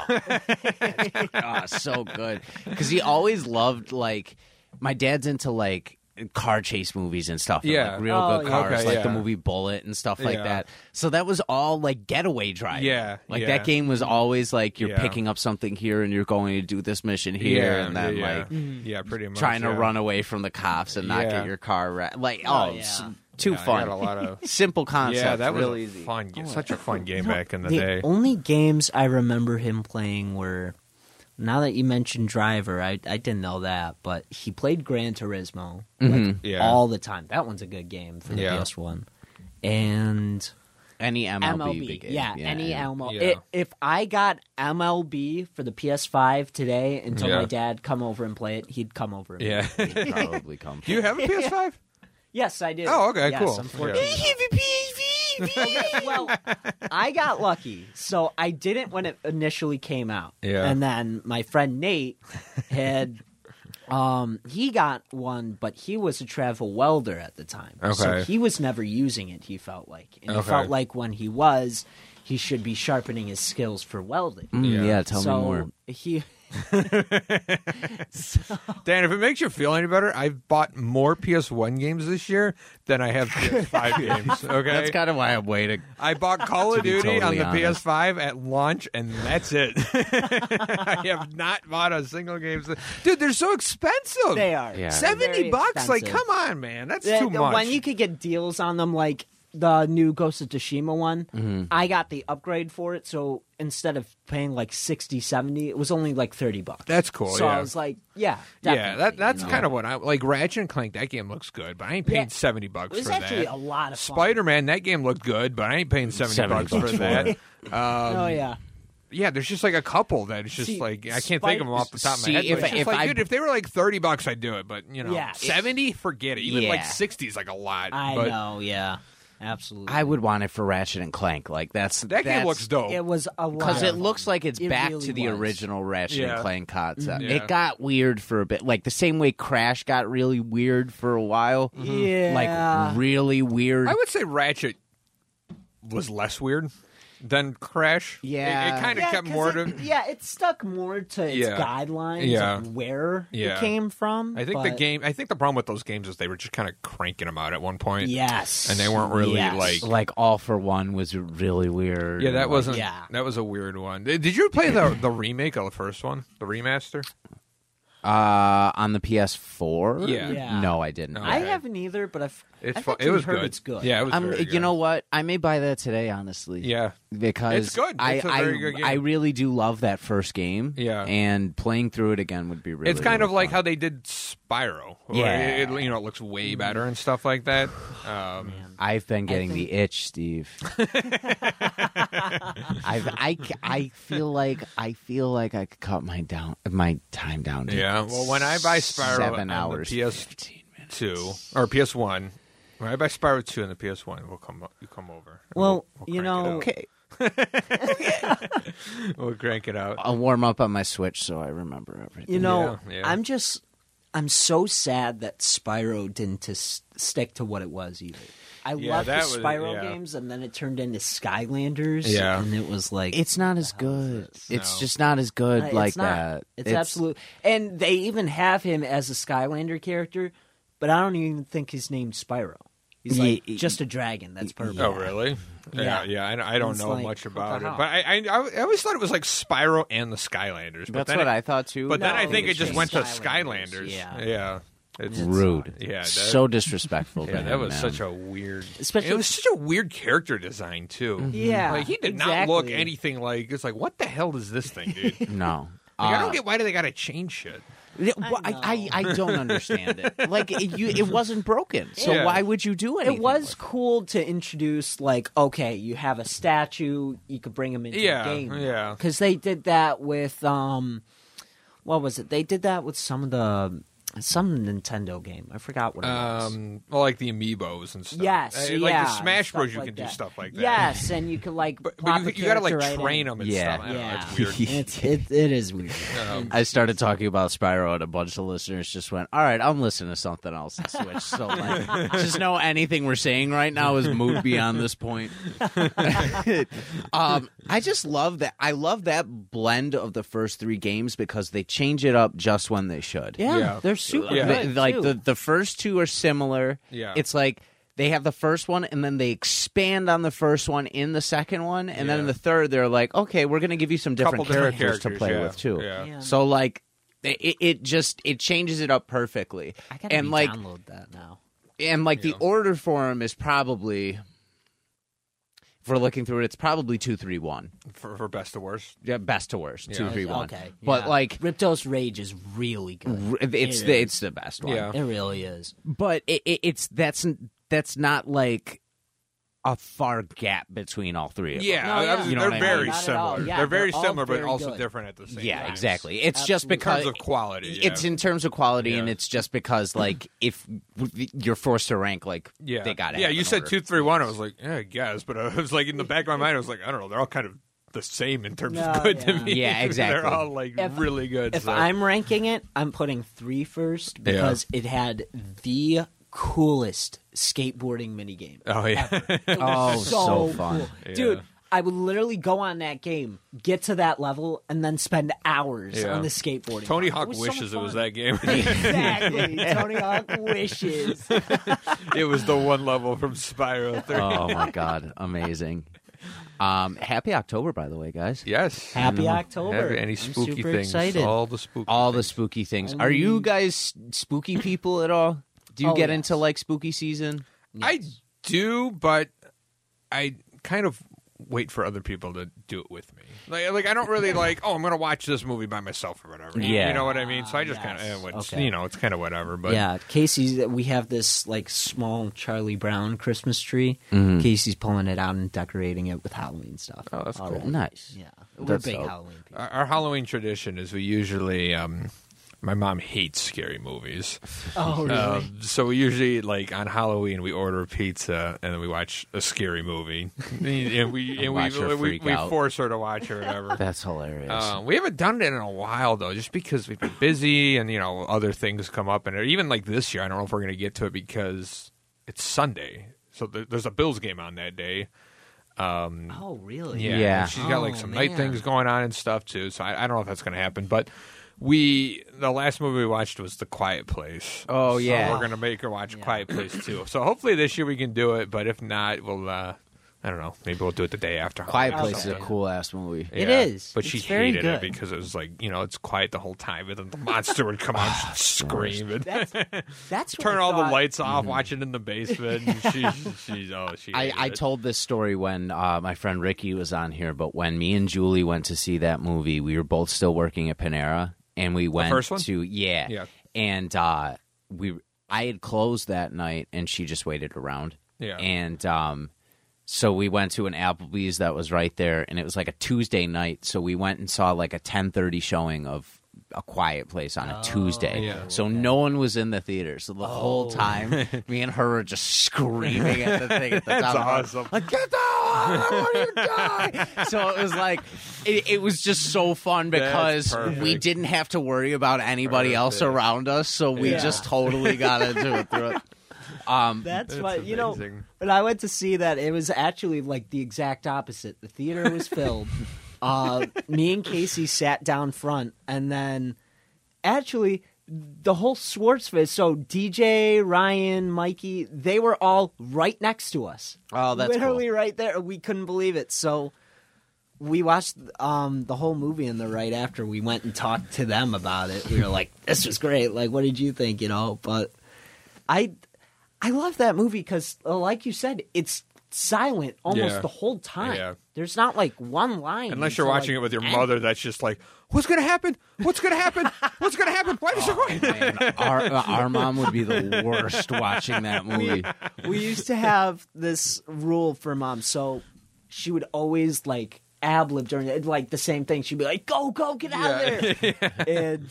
oh so good," because he always loved like my dad's into like car chase movies and stuff. and, Yeah. like, real Oh, good yeah. cars, Okay, like yeah. the movie Bullet and stuff like Yeah. that. So that was all like getaway driver. Yeah, like yeah. that game was always like you're Yeah. picking up something here and you're going to do this mission here Yeah. and then yeah, Mm-hmm. like yeah. yeah, pretty much. trying yeah. to run away from the cops and not Yeah. get your car wrecked. Like, Oh, oh, yeah. s- too Yeah, I fun. had a lot of. *laughs* *laughs* Simple concept. yeah, that was really a easy. fun. Game, such a fun *laughs* game back in the, the day. only games I remember him playing were. Now that you mentioned Driver, I, I didn't know that, but he played Gran Turismo like, Yeah. all the time. That one's a good game for the Yeah. PS1. And Any MLB, MLB. big game. yeah, any MLB. Yeah. I- if I got MLB for the PS5 today and told Yeah. my dad come over and play it, he'd come over. And *laughs* Yeah. It'd probably come. *laughs* Do you have a PS5? Yes, I do. Oh, okay, yes, cool. I'm fortunate. Yeah. *laughs* well, I got lucky, so I didn't when it initially came out. Yeah. And then my friend Nate had, um, he got one, but he was a travel welder at the time, so Okay. he was never using it. He felt like, and he Okay. felt like when he was, he should be sharpening his skills for welding. Mm, Yeah. yeah, tell so me more. He *laughs* Dan, if it makes you feel any better, I've bought more PS1 games this year than I have PS5 games. Okay, That's kind of why I'm waiting. I bought Call of be Duty on totally the honest. PS5 at launch, and that's it. *laughs* I have not bought a single game. since- Dude, they're so expensive. They are. Yeah. seventy Very bucks. Like, expensive. come on, man, that's The- too the much. When you could get deals on them, like the new Ghost of Tsushima one, Mm-hmm. I got the upgrade for it. So instead of paying like 60, 70, it was only like 30 bucks. That's cool, So yeah. I was like, yeah. yeah, that definitely, that's you know? kind of what I like. Ratchet and Clank, that game looks good, but I ain't paying Yeah. seventy bucks It was for actually that. a lot of fun. Spider Man, that game looked good, but I ain't paying seventy, 70 bucks, bucks for for that. Um, Oh, yeah. Yeah, there's just like a couple that it's just See, like I can't think of them off the top of my see, head. but if- it's just if like, I- dude, if they were like thirty bucks, I'd do it. But you know, Yeah. seventy, forget it. Even Yeah. like sixty is like a lot. I but know, yeah. Absolutely. I would want it for Ratchet and Clank. Like that's That game that's- looks dope. It was a lot. Because of it fun. looks like it's It back really to the was. original Ratchet Yeah. Mm-hmm. and Clank concept. Yeah. It got weird for a bit, like the same way Crash got really weird for a while. Mm-hmm. Yeah. like really weird. I would say Ratchet was less weird than Crash. It- it, Yeah. kind of Yeah, kept 'cause more it, to. Yeah, it stuck more to its Yeah. guidelines Yeah. of where Yeah. it came from. I think the but- game. I think the problem with those games is they were just kind of cranking them out at one point. Yes. And they weren't really, Yes. like- like All for One was really weird. Yeah, that and, wasn't. yeah. that was a weird one. Did did you play the the remake of the first one, the remaster? like, uh, on the PS4. Yeah. Yeah. no, I didn't. I Okay. haven't either, but I've. It's I've fu- actually it was heard good. It's good. Yeah, it was. Um, very you good. know what? I may buy that today, honestly. Yeah. because It's good. I It's a I- very good game. I really do love that first game. Yeah. and playing through it again would be really. it's kind really of like fun. how they did Spyro. where Yeah. it, you know, it looks way better and stuff like that. *sighs* Um, I've been getting the itch, Steve. *laughs* I've, I, c- I feel like I feel like I could cut my down my time down. To yeah. Well, when I buy Spyro on seven the hours, PS fifteen minutes. two or PS one, when I buy Spyro two and the PS one, we'll come you come over. and Well, we'll, you know, we'll crank it out. we'll crank it Oh, out. I'll warm up on my Switch so I remember everything. you know, Yeah, yeah. I'm just, I'm so sad that Spyro didn't to s- stick to what it was either. I Yeah, loved the that was- Spyro yeah. games, and then it turned into Skylanders. Yeah. and it was like it's not as good. It's No. just not as good Uh, like it's not. that. It's, absolute. And they even have him as a Skylander character, but I don't even think his name's Spyro. He's like Ye- just a dragon. That's perfect. Oh, really? Yeah, yeah. Yeah. I, I don't It's know like, much what about the it, hell? but I, I I always thought it was like Spyro and the Skylanders. But That's then what it- I thought too. But then No, I think they it just changed went to Skylanders, Skylanders. yeah. yeah. It's rude. Yeah, that- so disrespectful. to Yeah, that him, was man. such a weird. Especially- it was such a weird character design Mm-hmm. too. Yeah, like he did not look exactly. anything like. It's like, what the hell is this thing, dude? *laughs* like, *laughs* no. I Uh, don't get why do they got to change shit. Yeah, well, I, I, I don't understand *laughs* it. Like it, you, it wasn't broken, so Yeah. why would you do anything? It was with cool to introduce, like, okay, you have a statue, you could bring him into Yeah, the game. yeah. Because they did that with, um, what was it? They did that with some of the, some Nintendo game. I forgot what it was. Um, well, like the amiibos and stuff. yes, Uh, yeah. like the and Smash stuff Bros. You like can do that. stuff like that. Yes, and you could, like, *laughs* but, plop but a you, you gotta like character right train in. them and Yeah. stuff. I don't know, Yeah. *laughs* it's weird. *laughs* it's, it, it is weird. I started talking about Spyro, and a bunch of listeners just went, "All right, I'm listening to something else." And switched. So, like, just know anything we're saying right now is moved beyond this point. um, I just love that. I love that blend of the first three games because they change it up just when they should. yeah, Yeah. they're super Yeah. good, Th- like too. the the first two are similar. Yeah. it's like they have the first one and then they expand on the first one in the second one, and then in Yeah. the third they're like, okay, we're going to give you some different, Couple different to play with characters, too. yeah, yeah. So like. i- It, it just it changes it up perfectly, I gotta and like download that now. and like Yeah. the order for them is probably, if we're looking through it, it's probably two three one, For, for best to worst. yeah, best to worst, two Yeah. three one. Okay, but yeah. like Ripto's Rage is really good. r- it's It the is. it's the best one. Yeah. It really is. but it, it, it's that's that's not like a far gap between all three of them. Yeah, No, I- I yeah. was- You know they're what I mean? very Not at all. similar. Yeah, they're very they're all similar, but very also good. different at the same. yeah, time. exactly. It's just Absolutely. In terms because of quality, yeah. it's in terms of quality, and Yeah. it's just because *clears throat* like if w- you're forced to rank, like Yeah, they got it. Yeah, you said two, three, one. I was like, yeah, I guess, but I was like in the back of my mind, I was like, I don't know, they're all kind of the same in terms No, of good to yeah. me. Yeah, exactly. *laughs* they're all like If- really good. If so. I'm ranking it, I'm putting three first because it had the coolest skateboarding minigame. *laughs* oh yeah, *laughs* It was Oh, so fun. Dude, I would literally go on that game, get to that level, and then spend hours Yeah. on the skateboarding. Tony Hawk part. It was so wishes it was fun. that game. *laughs* *laughs* Exactly. Tony Hawk wishes. it was the one level from Spyro *laughs* 3. oh *laughs* my god, amazing! Um, happy October, by the way, guys. yes. Happy October. Mm-hmm. Have any I'm spooky super things? Excited. All the spooky. All the spooky things. Are you guys spooky people at all? Do you Oh, get yes. into like spooky season? I do, but I kind of wait for other people to do it with me. Like, like I don't really like. Oh, I'm going to watch this movie by myself or whatever. Yeah. you know what I mean. So I just Ah, yes. kind of, eh, it's, Okay. you know, it's kind of whatever. But yeah, Casey's. We have this like small Charlie Brown Christmas tree. Casey's pulling it out and decorating it with Halloween stuff. Mm-hmm. Oh, that's cool. Already. Nice. Yeah, we're big dope. Halloween people. Our, our Halloween tradition is we usually. Um, my mom hates scary movies, Oh, really? um, so we usually like on Halloween we order pizza and then we watch a scary movie, and we and watch we her we, freak we out. force her to watch or whatever. That's hilarious. Uh, we haven't done it in a while though, just because we've been busy and you know other things come up, and even like this year, I don't know if we're gonna get to it because it's Sunday, so th- there's a Bills game on that day. oh, really? Yeah, Yeah. and she's got like Oh, some night man. things going on and stuff too, so I, I don't know if that's gonna happen, but. We the last movie we watched was The Quiet Place. Oh, So yeah. we're gonna make her watch Quiet Place too. So hopefully this year we can do it, but if not, we'll uh, I don't know. Maybe we'll do it the day after. Quiet Halloween or Place is a something. cool ass movie. It Yeah, is. But she It's very hated it good. because it was like, you know, it's quiet the whole time, and then the monster would come out *sighs* and scream and That's that's what turn I all the thought- Mm-hmm. lights off, watch it in the basement. And she, *laughs* she, oh, she. I, hated I it. told this story when uh, my friend Ricky was on here, but when me and Julie went to see that movie, we were both still working at Panera, and we went first one? to yeah, Yeah. and uh, we I had closed that night, and she just waited around, Yeah. and um, so we went to an Applebee's that was right there, and it was like a Tuesday night, so we went and saw like a ten thirty showing of. A quiet place on a Tuesday, Oh, yeah. Oh. so no one was in the theater. So the whole *laughs* time, me and her were just screaming at the thing at the That's top. of our- awesome. like, get the I want you *laughs* to die. so it was like, it, it was just so fun That's because we perfect. didn't have to worry about anybody else Perfect. around us. So we Yeah. just totally got into it. Through *laughs* it. Um, That's, That's why you know. amazing. When I went to see that, it was actually like the exact opposite. The theater *laughs* was filled. uh, me and Casey sat down front, and then actually the whole Schwartzfest. So DJ, Ryan, Mikey, they were all right next to us. Oh, that's literally right there. We couldn't believe it. So. We watched um, the whole movie, and the right after we went and talked to them about it. We were like, "This was great! Like, what did you think?" You know, but I I love that movie because, like you said, it's silent almost Yeah. the whole time. Yeah. There's not like one line. Unless you're watching it with your mother, that's just like, what's going to happen? What's going to happen? What's going to happen? Why Oh, does it *laughs* man, our, our mom would be the worst watching *laughs* that movie. it. we used to have this rule for mom, so she would always like ab lib during it, like the same thing. She'd be like, "Go, go, get out of *laughs* there!" And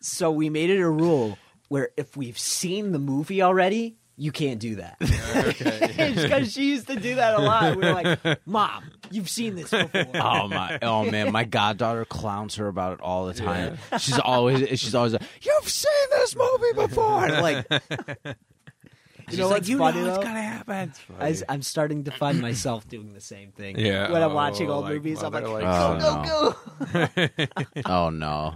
so we made it a rule where if we've seen the movie already. You can't *laughs* do that *laughs* because she used to do that a lot. We were like, "Mom, you've seen this before." *laughs* Oh my! Oh man, my goddaughter clowns her about it all the time. She's always, she's always like, "You've seen this movie before." Like, *laughs* You know what's you funny know it's though? gonna happen. I, I'm starting to find myself doing the same thing. Yeah. When I'm Oh, watching old like movies, I'm like, mother, like- go, Oh, go, go. Oh no.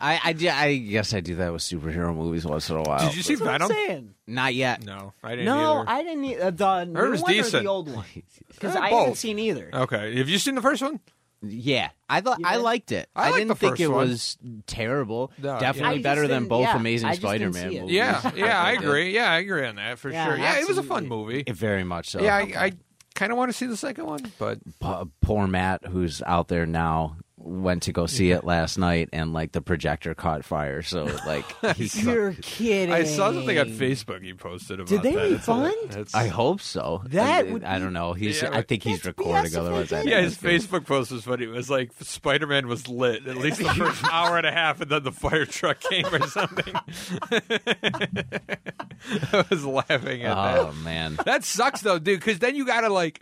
I, I, do- I guess I do that with superhero movies once in a while. Did you see That's what I'm Venom? saying. Not yet. No, I didn't No, either. I didn't. e- Uh, the new Hers was one or decent. the *laughs* old one? Because Eh, I both. haven't seen either. Okay. Have you seen the first one? Yeah, I thought You I did? liked it. I liked didn't the think first it one. was terrible. No, Definitely yeah. I better just than didn't- both yeah, Amazing I just didn't Spider-Man see it. movies. Yeah. *laughs* Yeah, *laughs* I did. agree. Yeah, I agree on that for Yeah, sure. Yeah, it was a fun absolutely. movie. It very much so. Yeah, I, I kind of want to see the second one, but P- poor Matt, who's out there now, went to go see it last night, and like the projector caught fire. So like, he You're kidding. I saw something on Facebook he posted about Did they that. It's a- *laughs* refund? it's- I hope so. That I, would I be- don't know. He's. Yeah, I but- think he's That's recording. BS if Otherwise, they I did. yeah, his think that's Facebook post was funny. It was like Spider Man was lit at least the first *laughs* hour and a half, and then the fire truck came or something. *laughs* I was laughing good. at Oh Ah. that. man. That sucks though, dude. Because then you gotta like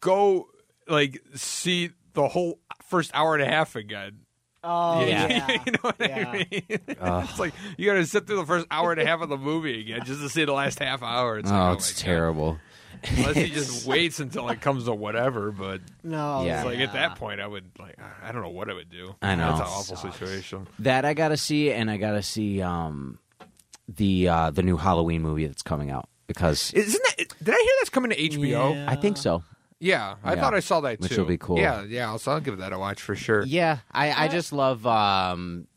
go like see the whole first hour and a half again. *laughs* Oh yeah. you know what Yeah. I mean? *laughs* it's like you got to sit through the first hour and a half of the movie again just to see the last half hour. It's like, Oh, my it's God. terrible. *laughs* Unless he just waits until it comes to whatever, but No. Yeah. it's like at that point, I would like I don't know what I would do. I know. that's an awful situation. That I gotta see, and I gotta see um, the uh, the new Halloween movie that's coming out because Isn't that? Did I hear that's coming to HBO? Yeah. I think so. Yeah, I Yeah. thought I saw that too. Which will be cool. Yeah, yeah. So I'll give that a watch for sure. Yeah, I, I just love um,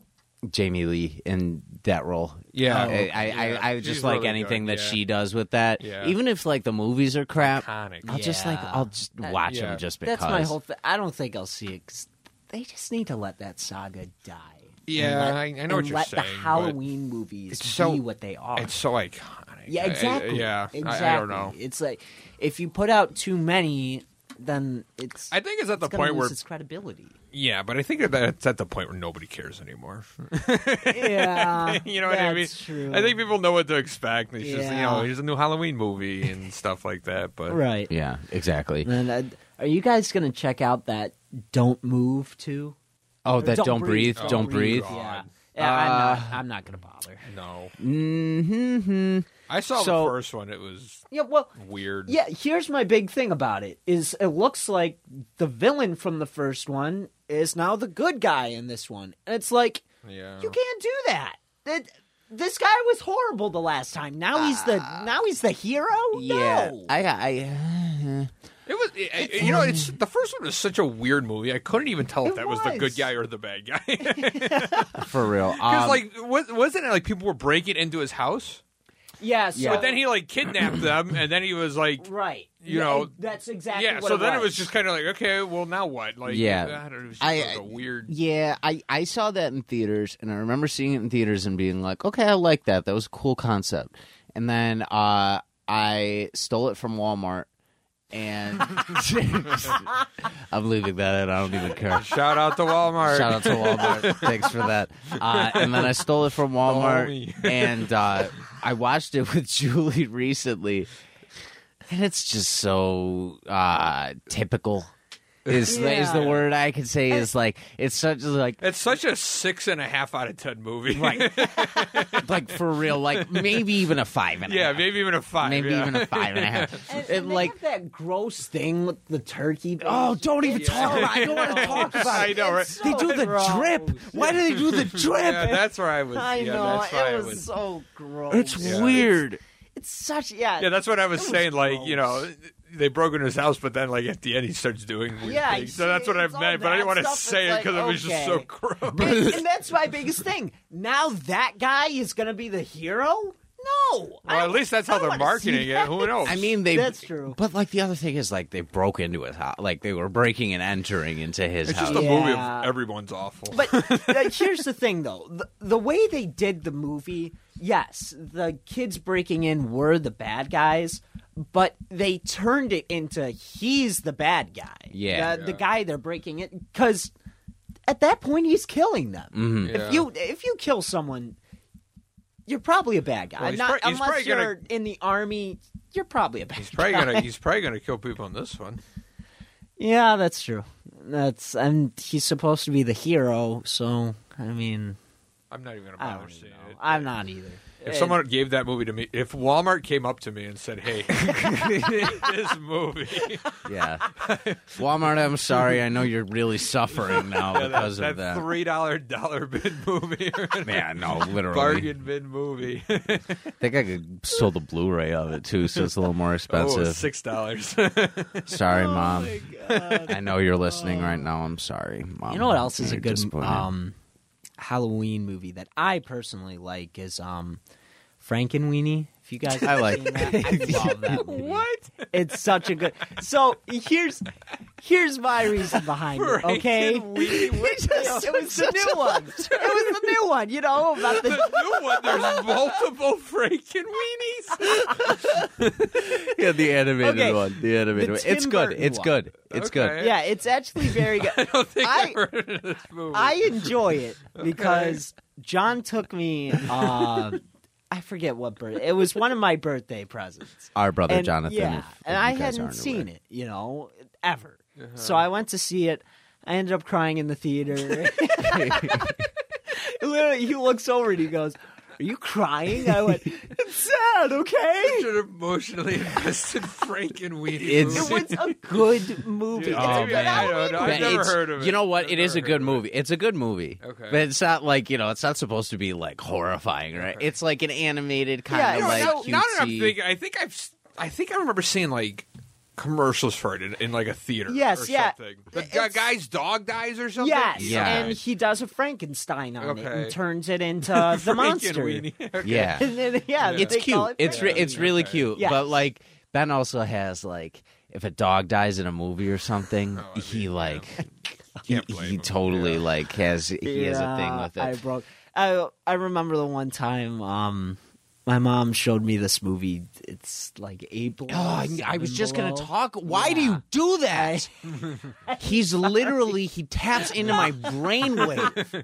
Jamie Lee in that role. Oh, Yeah. I, I, I, I She's just like really anything good, that yeah. she does with that. Yeah. Even if like the movies are crap, Iconic. I'll just like Yeah. I'll just watch yeah. them just because. That's my whole thing. I don't think I'll see it. 'cause they just need to let that saga die. Yeah, I, I know and what you're let saying. the but Halloween movies it's so- be what they are. It's so iconic. I- yeah, I- exactly. yeah, I- exactly. I, don't know. It's like if you put out too many, then it's. I think it's at the it's gonna point lose where its credibility. *laughs* yeah, but I think that it's at the point where nobody cares anymore. Yeah, you know what I mean? that's true. I think people know what to expect. It's just you Yeah. know, here's a new Halloween movie and stuff like that. But right. Yeah, exactly. And uh, are you guys gonna check out that "Don't Move" too? Oh, Or that don't, breathe, Oh, don't breathe. Uh, God. Yeah, yeah I'm, not, I'm not gonna bother. no, Mm-hmm. I saw So- the first one. It was Yeah, well, weird. yeah. Here's my big thing about it: is it looks like the villain from the first one is now the good guy in this one, and it's like yeah. you can't do that. That this guy was horrible the last time. Now he's the now he's the hero. Ah. Yeah, No. I, I, *sighs* It was, it, it- you know, it's the first one was such a weird movie. I couldn't even tell if It that was. the was. good guy or the bad guy. *laughs* Because for real. Um, like, was, wasn't it like people were breaking into his house? yeah. So But then he like kidnapped them, and then he was like, right. you Yeah, know, that's exactly. yeah. What So then it was. was just kind of like, okay, well now what? Like, Yeah. I don't know. It was just I- like a weird. Yeah, I, I saw that in theaters, and I remember seeing it in theaters and being like, okay, I like that. That was a cool concept. And then uh, I stole it from Walmart, and *laughs* I'm leaving that in. I don't even care. Shout out to Walmart. Shout out to Walmart. Thanks for that. Uh, and then I stole it from Walmart, homie. and uh, I watched it with *laughs* Julie recently, and it's just so uh, typical. Is, is the Yeah. word I could say is like it's such like It's such a six and a half out of *laughs* ten movie. *laughs* like for real, like maybe even a five and a yeah, half. maybe even a five. maybe yeah. even a five and a half. *laughs* And, and and they like, have that gross thing with the turkey. oh, don't even talk about. it. I don't want to talk about. *laughs* I It. know, right? It's They do the gross. drip. Why do they do the drip? *laughs* *laughs* yeah, that's where I was. I yeah, know that's why it I was, was. so gross. it's Yeah. weird. It's such yeah. Yeah, that's what I was, saying. Like, you gross. know, they broke into his house, but then, like, at the end, he starts doing weird Yeah, things. you So that's see, what I it's all meant, but I didn't that want to stuff. say It's it because like, it was just so okay. *laughs* gross. and, and that's my biggest thing. Now that guy is gonna be the hero. *laughs* No, I well, at don't- least that's I how don't they're wanna see marketing it. that. Who *laughs* knows? I mean, they. That's true. But like the other thing is, like they broke into his house. Like they were breaking and entering into his it's house. *laughs* just a movie Yeah. of everyone's awful. But like, here's the thing, though: the, the way they did the movie, yes, the kids breaking in were the bad guys, but they turned it into he's the bad guy. Yeah. the, the guy they're breaking it because at that point he's killing them. Yeah. If you if you kill someone, you're probably a bad guy. Well, he's Not prob- he's unless probably gonna- you're in the army, you're probably a bad. He's *laughs* probably gonna he's probably gonna kill people in this one. Yeah, that's true. That's and he's supposed to be the hero, so I mean, I'm not even gonna I bother don't seeing know. it. I'm not either. If someone gave that movie to me, if Walmart came up to me and *laughs* said, "Hey, this movie," yeah. Walmart, I'm sorry. I know you're really *laughs* suffering now because that, of that. three dollar dollar bin movie, yeah, *laughs* no, literally. bargain bin movie, I think I could sell the Blu-ray of it too, so it's a little more oh, expensive. *laughs* six dollars. Sorry, mom. I know you're listening right now. I'm sorry, mom. Oh. You know what else is a You're good disappointed. um, Halloween movie that I personally like is um, Frankenweenie. If you *laughs* guys, I like- seen that, I *laughs* love that movie. What? It's such a good. So here's here's my reason behind *laughs* it. Okay, *laughs* it, just, it was the new one. It was the new one. You know about the *laughs* new one. There's multiple Franken weenies. *laughs* yeah, the animated Okay, one. The animated the one. Tim It's good. Burton It's one. good. It's Okay. good. yeah. It's actually very good. I don't think I- I've heard of this movie. I *laughs* enjoy it because John took me. Uh, I forget what birthday. It was one of my birthday presents. Our brother And, Jonathan. Yeah, if and you I guys hadn't aren't seen aware. Uh-huh. it, you know, ever. So I went to see it. I ended up crying in *laughs* the theater. *laughs* Literally, he looks over and he goes, "Are you crying?" I went, "It's *laughs* sad, okay." Should have emotionally invested Frank and Weenie. It's- It movie. was a good movie. Dude, It's oh, a good man, I don't know. I've But never it's- heard of it. You know what? I've It is never a good heard of movie. It's a good movie. Okay. But it's not like, you know, it's not supposed to be like horrifying, right? It's like an animated kind Yeah, of no, like no, now that I'm cutesy- thinking, I think I've, s- I think I remember seeing like commercials for it in, in like a theater. Yes, or yeah. Something. The gu- It's- guy's dog dies or something. *laughs* Yes, Yeah. and he does a Frankenstein on it Okay. and *laughs* turns it into the monster. Weenie. *laughs* Okay. Yeah. *laughs* And then, yeah, it's they call cute. it It's re- it's really cute. Yes. But like Ben also has like if a dog dies in a movie or *laughs* something, Oh, he like he, Can't blame he him. totally like has he has a thing Yeah, with it. I broke. I I remember the one time um, my mom showed me this movie. It's like eight below. Oh, I, I was Seven just going to Below. talk. Why do you do that? *laughs* He's literally he taps into *laughs* my brainwave.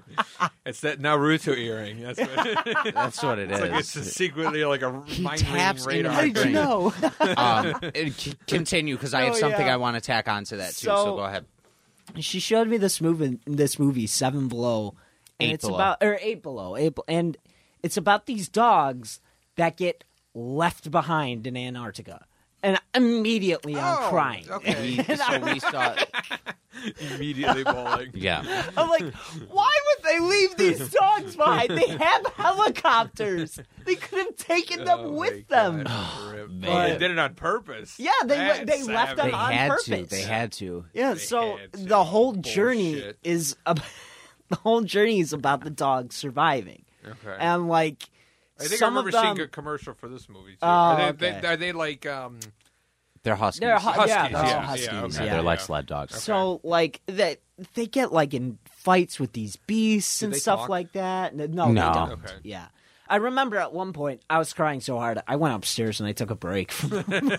It's that Naruto earring. That's *laughs* what it is. That's what it is. It's like it's just secretly like a He mind taps reading into my radar. How did you brain. *laughs* know? um, *laughs* it- c- continue because I have Oh, something yeah. I want to tack onto that too. So, So- go *laughs* ahead. she showed me this movie, this movie Seven Below, and Eight it's Below. about or Eight Below, eight, Bel- and it's about these dogs that get left behind in Antarctica, and immediately I'm Oh, crying. Okay. We, so we saw. Immediately *laughs* bawling. Yeah. *laughs* I'm like, why would they *laughs* leave these dogs behind? They have helicopters. They could have taken them Oh, my with them. God. Rip. man. They did it on purpose. Yeah, they- That's they left They them savage. On had to. purpose. They had to. *sighs* Yeah, They so had to. the whole journey Bullshit. is ab- *laughs* the whole journey is about the dog surviving. Okay. And like I think some I remember of them seeing a commercial for this movie. Too. Oh, are, they, okay. they, are they like um, They're huskies. They're hu- huskies? yeah, they're all yeah, huskies, Yeah, okay. Yeah, Yeah. they're like sled dogs. so like that they get like in fights with these beasts Do and they stuff talk? like that. No, no, No. they don't. Okay. Yeah. I remember at one point I was crying so hard I went upstairs and I took a break *laughs* from *laughs*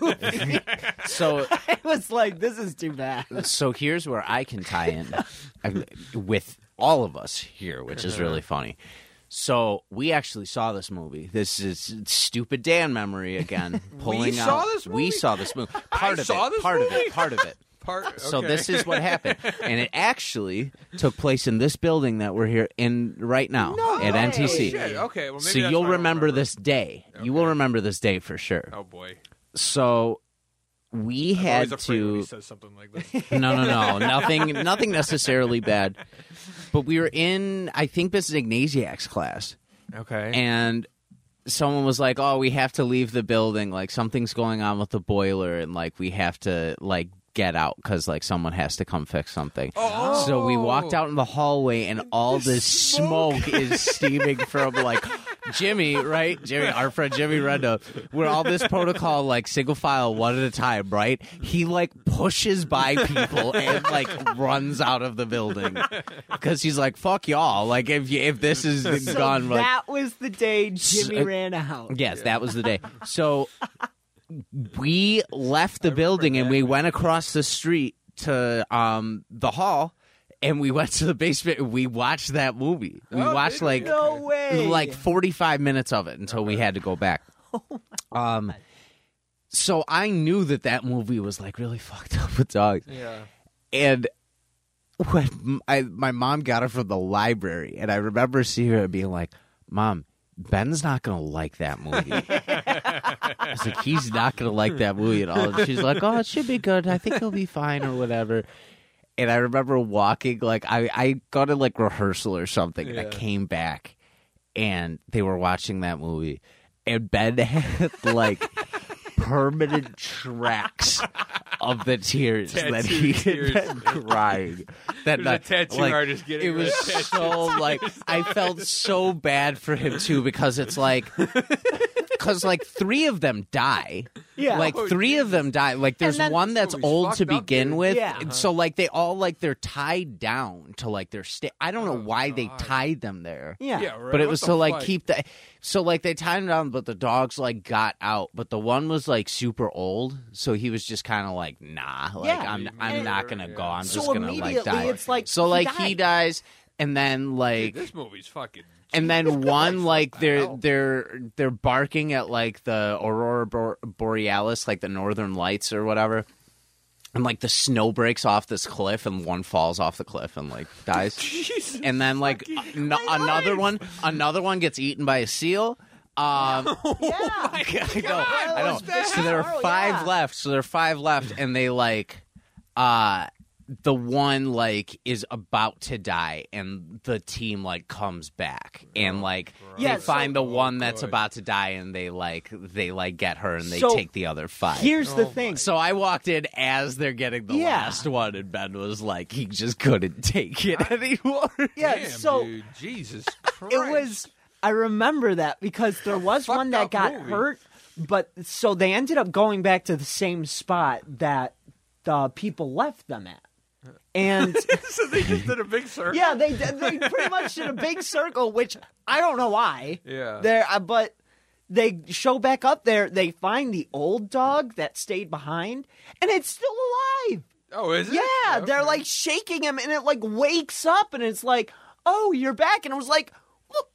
*laughs* So I was like, this is too bad. so here's where I can tie *laughs* in uh, with all of us here, which is really Uh-huh. funny. So we actually saw this movie. This is stupid Dan memory *laughs* again. Pulling saw out, this we movie? saw this movie. Part of saw it. this part of movie? it. Part *laughs* of it. *laughs* Part, So okay. this *laughs* is what happened, and it actually took place in this building that we're here in right now at Oh, NTC. shit. Okay. Well, so maybe that's you'll why I don't remember, this day. You will remember this day for sure. Oh boy. So we I'm Oh, always had afraid when he to says something *laughs* like this. no, no, no. Nothing, nothing necessarily bad. But we were in, I think, Mrs. Ignasiak's class, okay. and someone was like, "Oh, we have to leave the building. Like something's going on with the boiler, and like we have to like get out because like someone has to come fix something." Oh. So we walked out in the hallway, and all this smoke. is steaming from like. Jimmy, right? Jimmy, our friend Jimmy Rendo, where all this protocol, like single file, one at a time, right? He like pushes by people and like runs out of the building because he's like, "Fuck y'all!" Like if you, if this is So gone, like uh, that was the day Jimmy So- ran out. Yes, that was the day. So we left the building and we went across the street to um, the hall and we went to the basement and we watched that movie. We Oh, watched did like you? Oh, No way. like 45 minutes of it until we had to go *laughs* back. Um so I knew that that movie was like really *laughs* fucked up with dogs yeah. and when I, my mom got it from the library, and I remember seeing her and being like, "Mom, Ben's not gonna like that movie." I was like, "He's not gonna like that movie at all." And she's like, "Oh, it should be good. I think he'll be fine or whatever." And I remember walking like I I got to like rehearsal or something, and I Yeah. came back, and they were watching that movie, and Ben had like. Permanent tracks of the tears that he Tattooed had been crying. That There's night, a tattoo like, artist getting it rid *laughs* was of *laughs* tattoos. so like I felt so bad for him too because it's like because like three of them die. Yeah. Like Oh, three of them die. Like there's then- one that's Ooh, he's old to fucked up, begin dude. with. Yeah. and So like they all like they're tied down to like their sta- I don't know Oh, why they tied them there. *laughs* yeah. Yeah. *laughs* Right. But it What was the to like fuck? keep the so like they tied him down, but the dogs like got out. But the one was like super old, so he was just kind of like, nah, like Yeah. I'm I'm And- not gonna go. I'm so just gonna like immediately die. it's like so he like he died. dies, and then like This movie's fucking. and then one like they're hell? they're they're barking at like the aurora Bor- borealis, like the northern lights or whatever. and like the snow breaks off this cliff and one falls off the cliff and like *laughs* dies and then like an- another one another one gets eaten by a seal um Yeah. *laughs* I know, I know. was bad. So there are Carl, five Oh, yeah. left. So there are five left, and they like, uh, the one like is about to die, and the team like comes back and like Yeah, they so- find the one that's about to die, and they like they like get her and they So, take the other five. Here's Oh the thing. so I walked in as they're getting the Yeah. last one, and Ben was like, he just couldn't take it anymore. Yeah, Damn, so dude. Jesus Christ. *laughs* it was I remember that because there was fucked one that up got movie. hurt, but so they ended up going back to the same spot that the people left them at. *laughs* And *laughs* so they just did a *laughs* big circle. yeah, they did- they pretty much did a big circle, which I don't know why. Yeah. There, uh, but they show back up there. They find the old dog that stayed behind, and it's still alive. Oh, is it? Yeah, they're Okay. like shaking him, and it like wakes up, and it's like, "Oh, you're back!" And I was like, "What?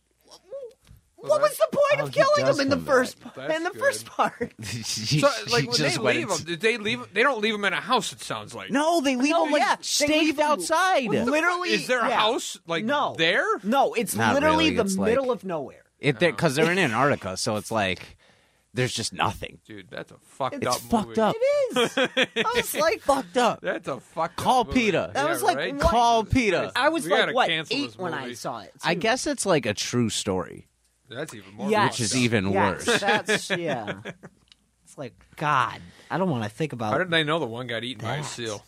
what was the point oh, of he killing does him in the come first That's in the good. first part?" *laughs* So, like when just they went leave ins- them, did they leave? They don't leave them in a house. It sounds like No, they leave No, them like yeah, they leave staked them- outside. literally, Is there a yeah. house like no there? No, it's Not literally really, the it's like- middle of nowhere. It because they're in Antarctica, so it's like there's just nothing. Dude, that's a fucked It's up. fucked movie. up. It *laughs* is. I was like, Fucked up. That's a fucked. Call up movie. PETA. That was Yeah, like, right? what? Call PETA. *laughs* I was We like, gotta what cancel eight this when I movie. saw it. I too. guess it's like a true story, That's even more. Yes. which is fucked up. even Yes, worse. That's yeah. It's like God. I don't want to think about. How did they know the one got eaten by a That. seal?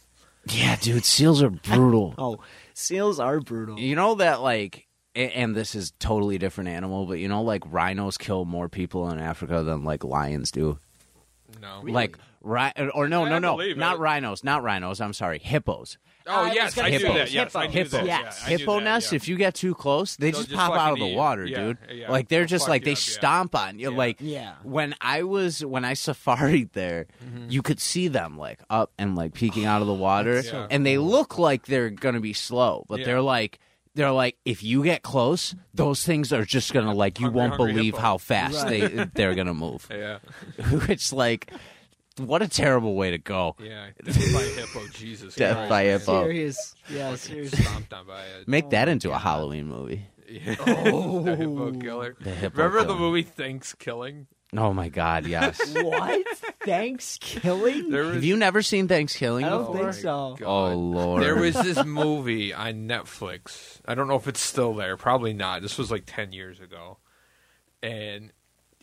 yeah, dude, seals are brutal. Oh, seals are *laughs* brutal. You know that like a- and this is totally different animal, but you know like rhinos kill more people in Africa than like lions do. No. Like ri- or no, I no, no. believe Not it. rhinos, not rhinos, I'm sorry. Hippos. oh I was yes, gonna I do say that. Yes, I do hippos. that. Hippos. Yeah, Yes. I do hippo that, nest yeah. if you get too close they They'll just just pop out of fucking the eat you. water Yeah, dude yeah. like they're They'll just fuck like you they up, yeah. stomp on you Yeah. like Yeah. when i was when i safaried there Mm-hmm. you could see them like up and like peeking out of the water so Yeah. and they look like they're gonna be slow but Yeah. they're like they're like if you get close those things are just gonna like you Hungry, won't hungry believe hippo. how fast they *laughs* they're gonna *laughs* move Yeah, it's like what a terrible way to go yeah. *laughs* Death by a hippo. Jesus. death Christ, by man. hippo Serious. Yeah, serious. Stomped on by *laughs* a *laughs* make that into a halloween movie the hippo killer. hippo Remember the killer. movie Thanksgiving? oh my god yes what? Thanks killing? There was Have you never seen Thanksgiving I don't before? think so. Oh God. lord! There was *laughs* this movie on Netflix. I don't know if it's still there. Probably not. This was like 10 years ago. And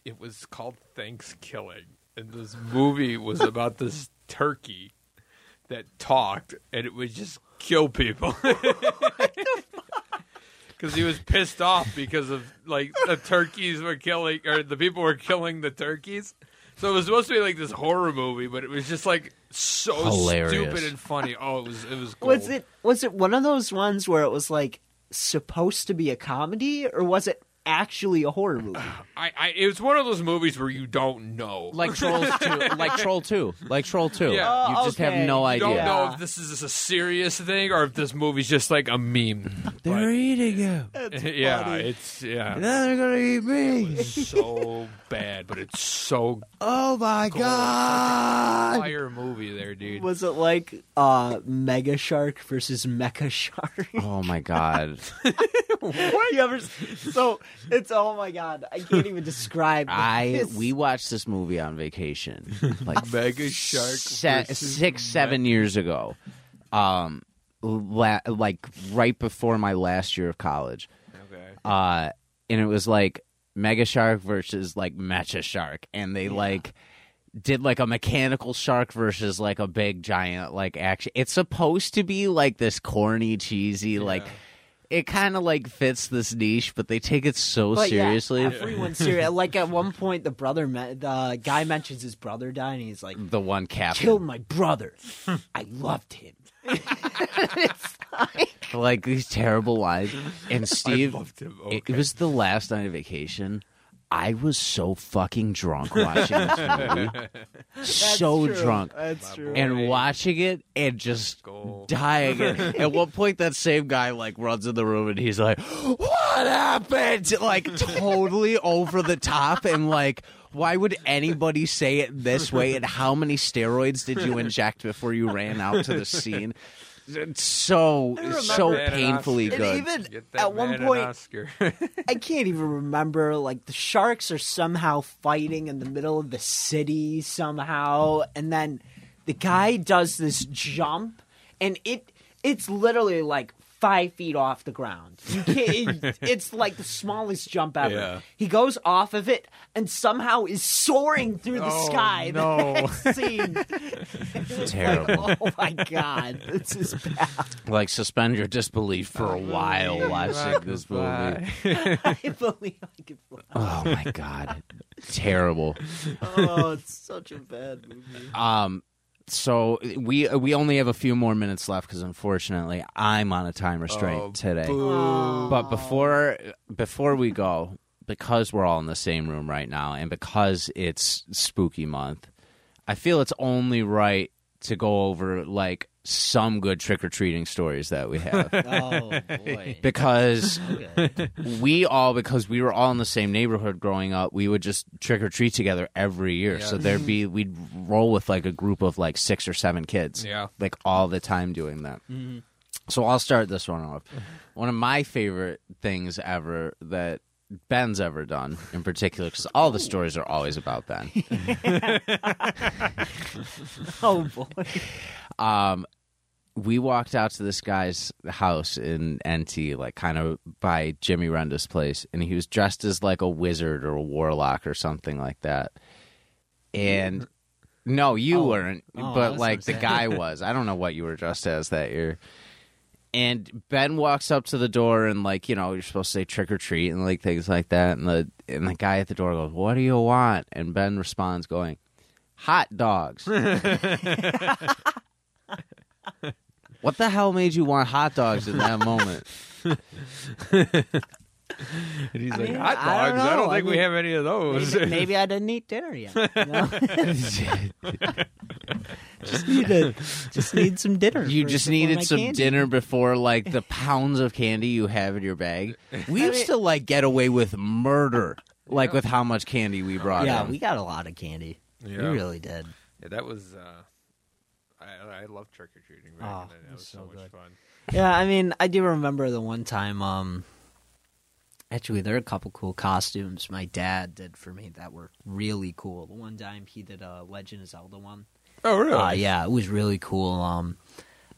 it was called Thanksgiving. And this movie was about this turkey that talked and it would just kill people. *laughs* Because he was pissed off because of like the turkeys were killing or the people were killing the turkeys. So it was supposed to be like this horror movie, but it was just like so Hilarious. stupid and funny. Oh, it was it was cool. Was it was it one of those ones where it was like supposed to be a comedy or was it actually a horror *sighs* *laughs* movie? I, I it was one of those movies where you don't know. *laughs* like Trolls Two, like Troll Two, like Troll Two. Yeah. You Oh, just okay. have no you idea. don't know Yeah. if this is a serious thing or if this movie's just like a *laughs* meme. They're eating you. *laughs* But, *laughs* yeah, it's yeah. Now they're gonna eat me. It's so bad, but it's *laughs* so Oh my god! fire movie there, dude. Was it like uh Mega Shark versus *laughs* Mecha Shark? Oh my god! you ever so it's oh my god, I can't even describe *laughs* I this. we watched this movie on vacation, like Mega Shark se- versus six, seven years ago, um, la- like right before my last year of college. Okay. uh, and it was like Mega Shark versus like Mecha Shark, and they like did like a mechanical shark versus like a big giant like action. It's supposed to be like this corny, cheesy, like it kind of like fits this niche, but they take it so But yeah, seriously. everyone's serious. Like at one point, the brother, me- the guy mentions his brother died, and he's like, The one captain, "Killed my *laughs* brother. I loved him." like these terrible lines, and Steve. loved him. It, it was the last night of vacation. I was so fucking drunk watching this movie. so drunk. That's true. and watching it and just dying. And at one point, that same guy like runs in the room and he's like, "What happened?" Like totally over the top and like. Why would anybody say it this way? And how many steroids did you inject before you ran out to the scene? It's so, so that at painfully Oscars. And good. even Get that at one man an point, Oscar. *laughs* I can't even remember. Like the sharks are somehow fighting in the middle of the city somehow, and then the guy does this jump, and it it's literally like five feet off the ground. You *laughs* can't, it- it's like the smallest jump ever. Yeah. He goes off of it and somehow is soaring through the Oh, sky. *laughs* The no. next scene. Terrible. *laughs* oh my god, this is bad. Like suspend your disbelief for a while watching this movie. I believe I could. fly. Oh my god, terrible. Oh, it's such a bad movie. Um, so we we only have a few more minutes left because unfortunately I'm on a time restraint Oh, today. Boo. But before before we go, because we're all in the same room right now, and because it's spooky month, I feel it's only right to go over like some good trick or treating stories that we have Oh *laughs* boy. because Okay. we all because we were all in the same neighborhood growing up we would just trick or treat together every year so there'd be we'd roll with like a group of like six or seven kids Yeah. like all the time doing that so i'll start this one off one of my favorite things ever that ben's ever done in particular because all the stories are always about ben Oh boy. um we walked out to this guy's house in NT, like kind of by Jimmy Renda's place, and he was dressed as like a wizard or a warlock or something like that. And no, you weren't, Oh, I but was like the gonna say. guy was. I don't know what you were dressed as that year. And Ben walks up to the door and like, you know, you're supposed to say trick or treat and like things like that. And the and the guy at the door goes, What do you want? And Ben responds going, Hot dogs. What the hell made you want hot dogs in that *laughs* moment? And he's like, mean, hot dogs. I I don't don't, know. I think we mean, have any of those. Maybe, maybe I didn't eat dinner *laughs* yet. you know? *laughs* just need a, just need some dinner. You first just before needed my some candy. dinner before like the pounds of candy you have in your *laughs* bag. We used to like get away with murder, like with how much candy we brought. Yeah, in. we got a lot of candy. *laughs* Yeah. We really did. Yeah, that was. Uh, I, I love trick or treating. That Oh, it was was so, so much good. fun. Yeah, I mean, I do remember the one time. Um, actually, there are a couple cool costumes my dad did for me that were really cool. The one time he did a Legend of Zelda one. Oh, really? Uh, yeah, it was really cool. Um,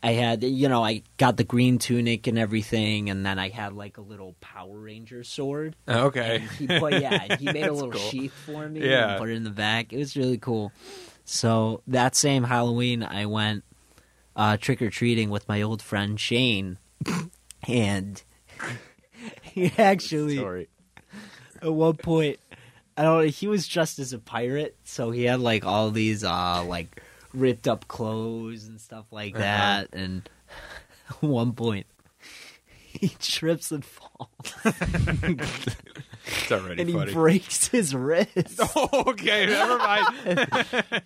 I had, you know, I got the green tunic and everything, and then I had like a little Power Ranger sword. Uh, Okay. He *laughs* put, yeah, and he made a little cool. sheath for me. Yeah. and put it in the back. It was really cool. So that same Halloween, I went uh, trick or treating with my old *laughs* friend Shane, and *laughs* he actually at one point I don't know, he was dressed as a pirate, so he had like all these uh like ripped up clothes and stuff like Uh-huh. that and *laughs* at one point he trips and falls It's already and funny. he breaks his wrist. *laughs* okay, never *laughs* mind.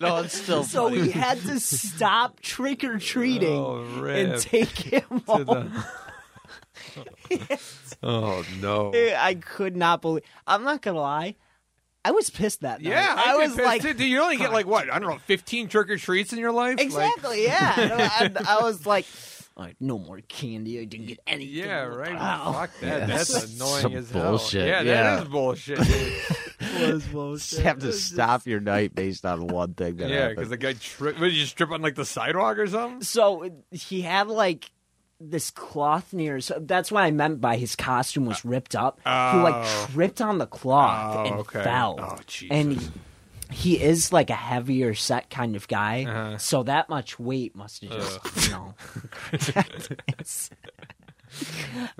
*laughs* No, it's still *laughs* So he had to stop trick or treating Oh, and rip. *laughs* take him To home. the- *laughs* *laughs* oh no. Dude, I could not believe. I'm not gonna lie, I was pissed that night. Yeah, I, I'd be was pissed, like, too. do you only get like what? I don't know, fifteen trick or treats in your life? Like, *laughs* Exactly. yeah. No, I, I was like, "All right, no more candy. I didn't get anything. Oh." yeah, What right. the hell?" *laughs* Fuck that. that's, that's annoying some as bullshit, hell. yeah. that is bullshit. dude. just have to stop your night based on one thing that yeah, because happened. the guy tripped. Did you just trip on like the sidewalk or something? So it- he had like this cloth near. his that's what I meant by his costume was ripped up. he Uh, Oh. like tripped on the cloth Oh, and okay. fell. Oh, Jesus. And he, he is like a heavier set kind of guy, Uh-huh. so that much weight must have just *laughs* you know. cracked his-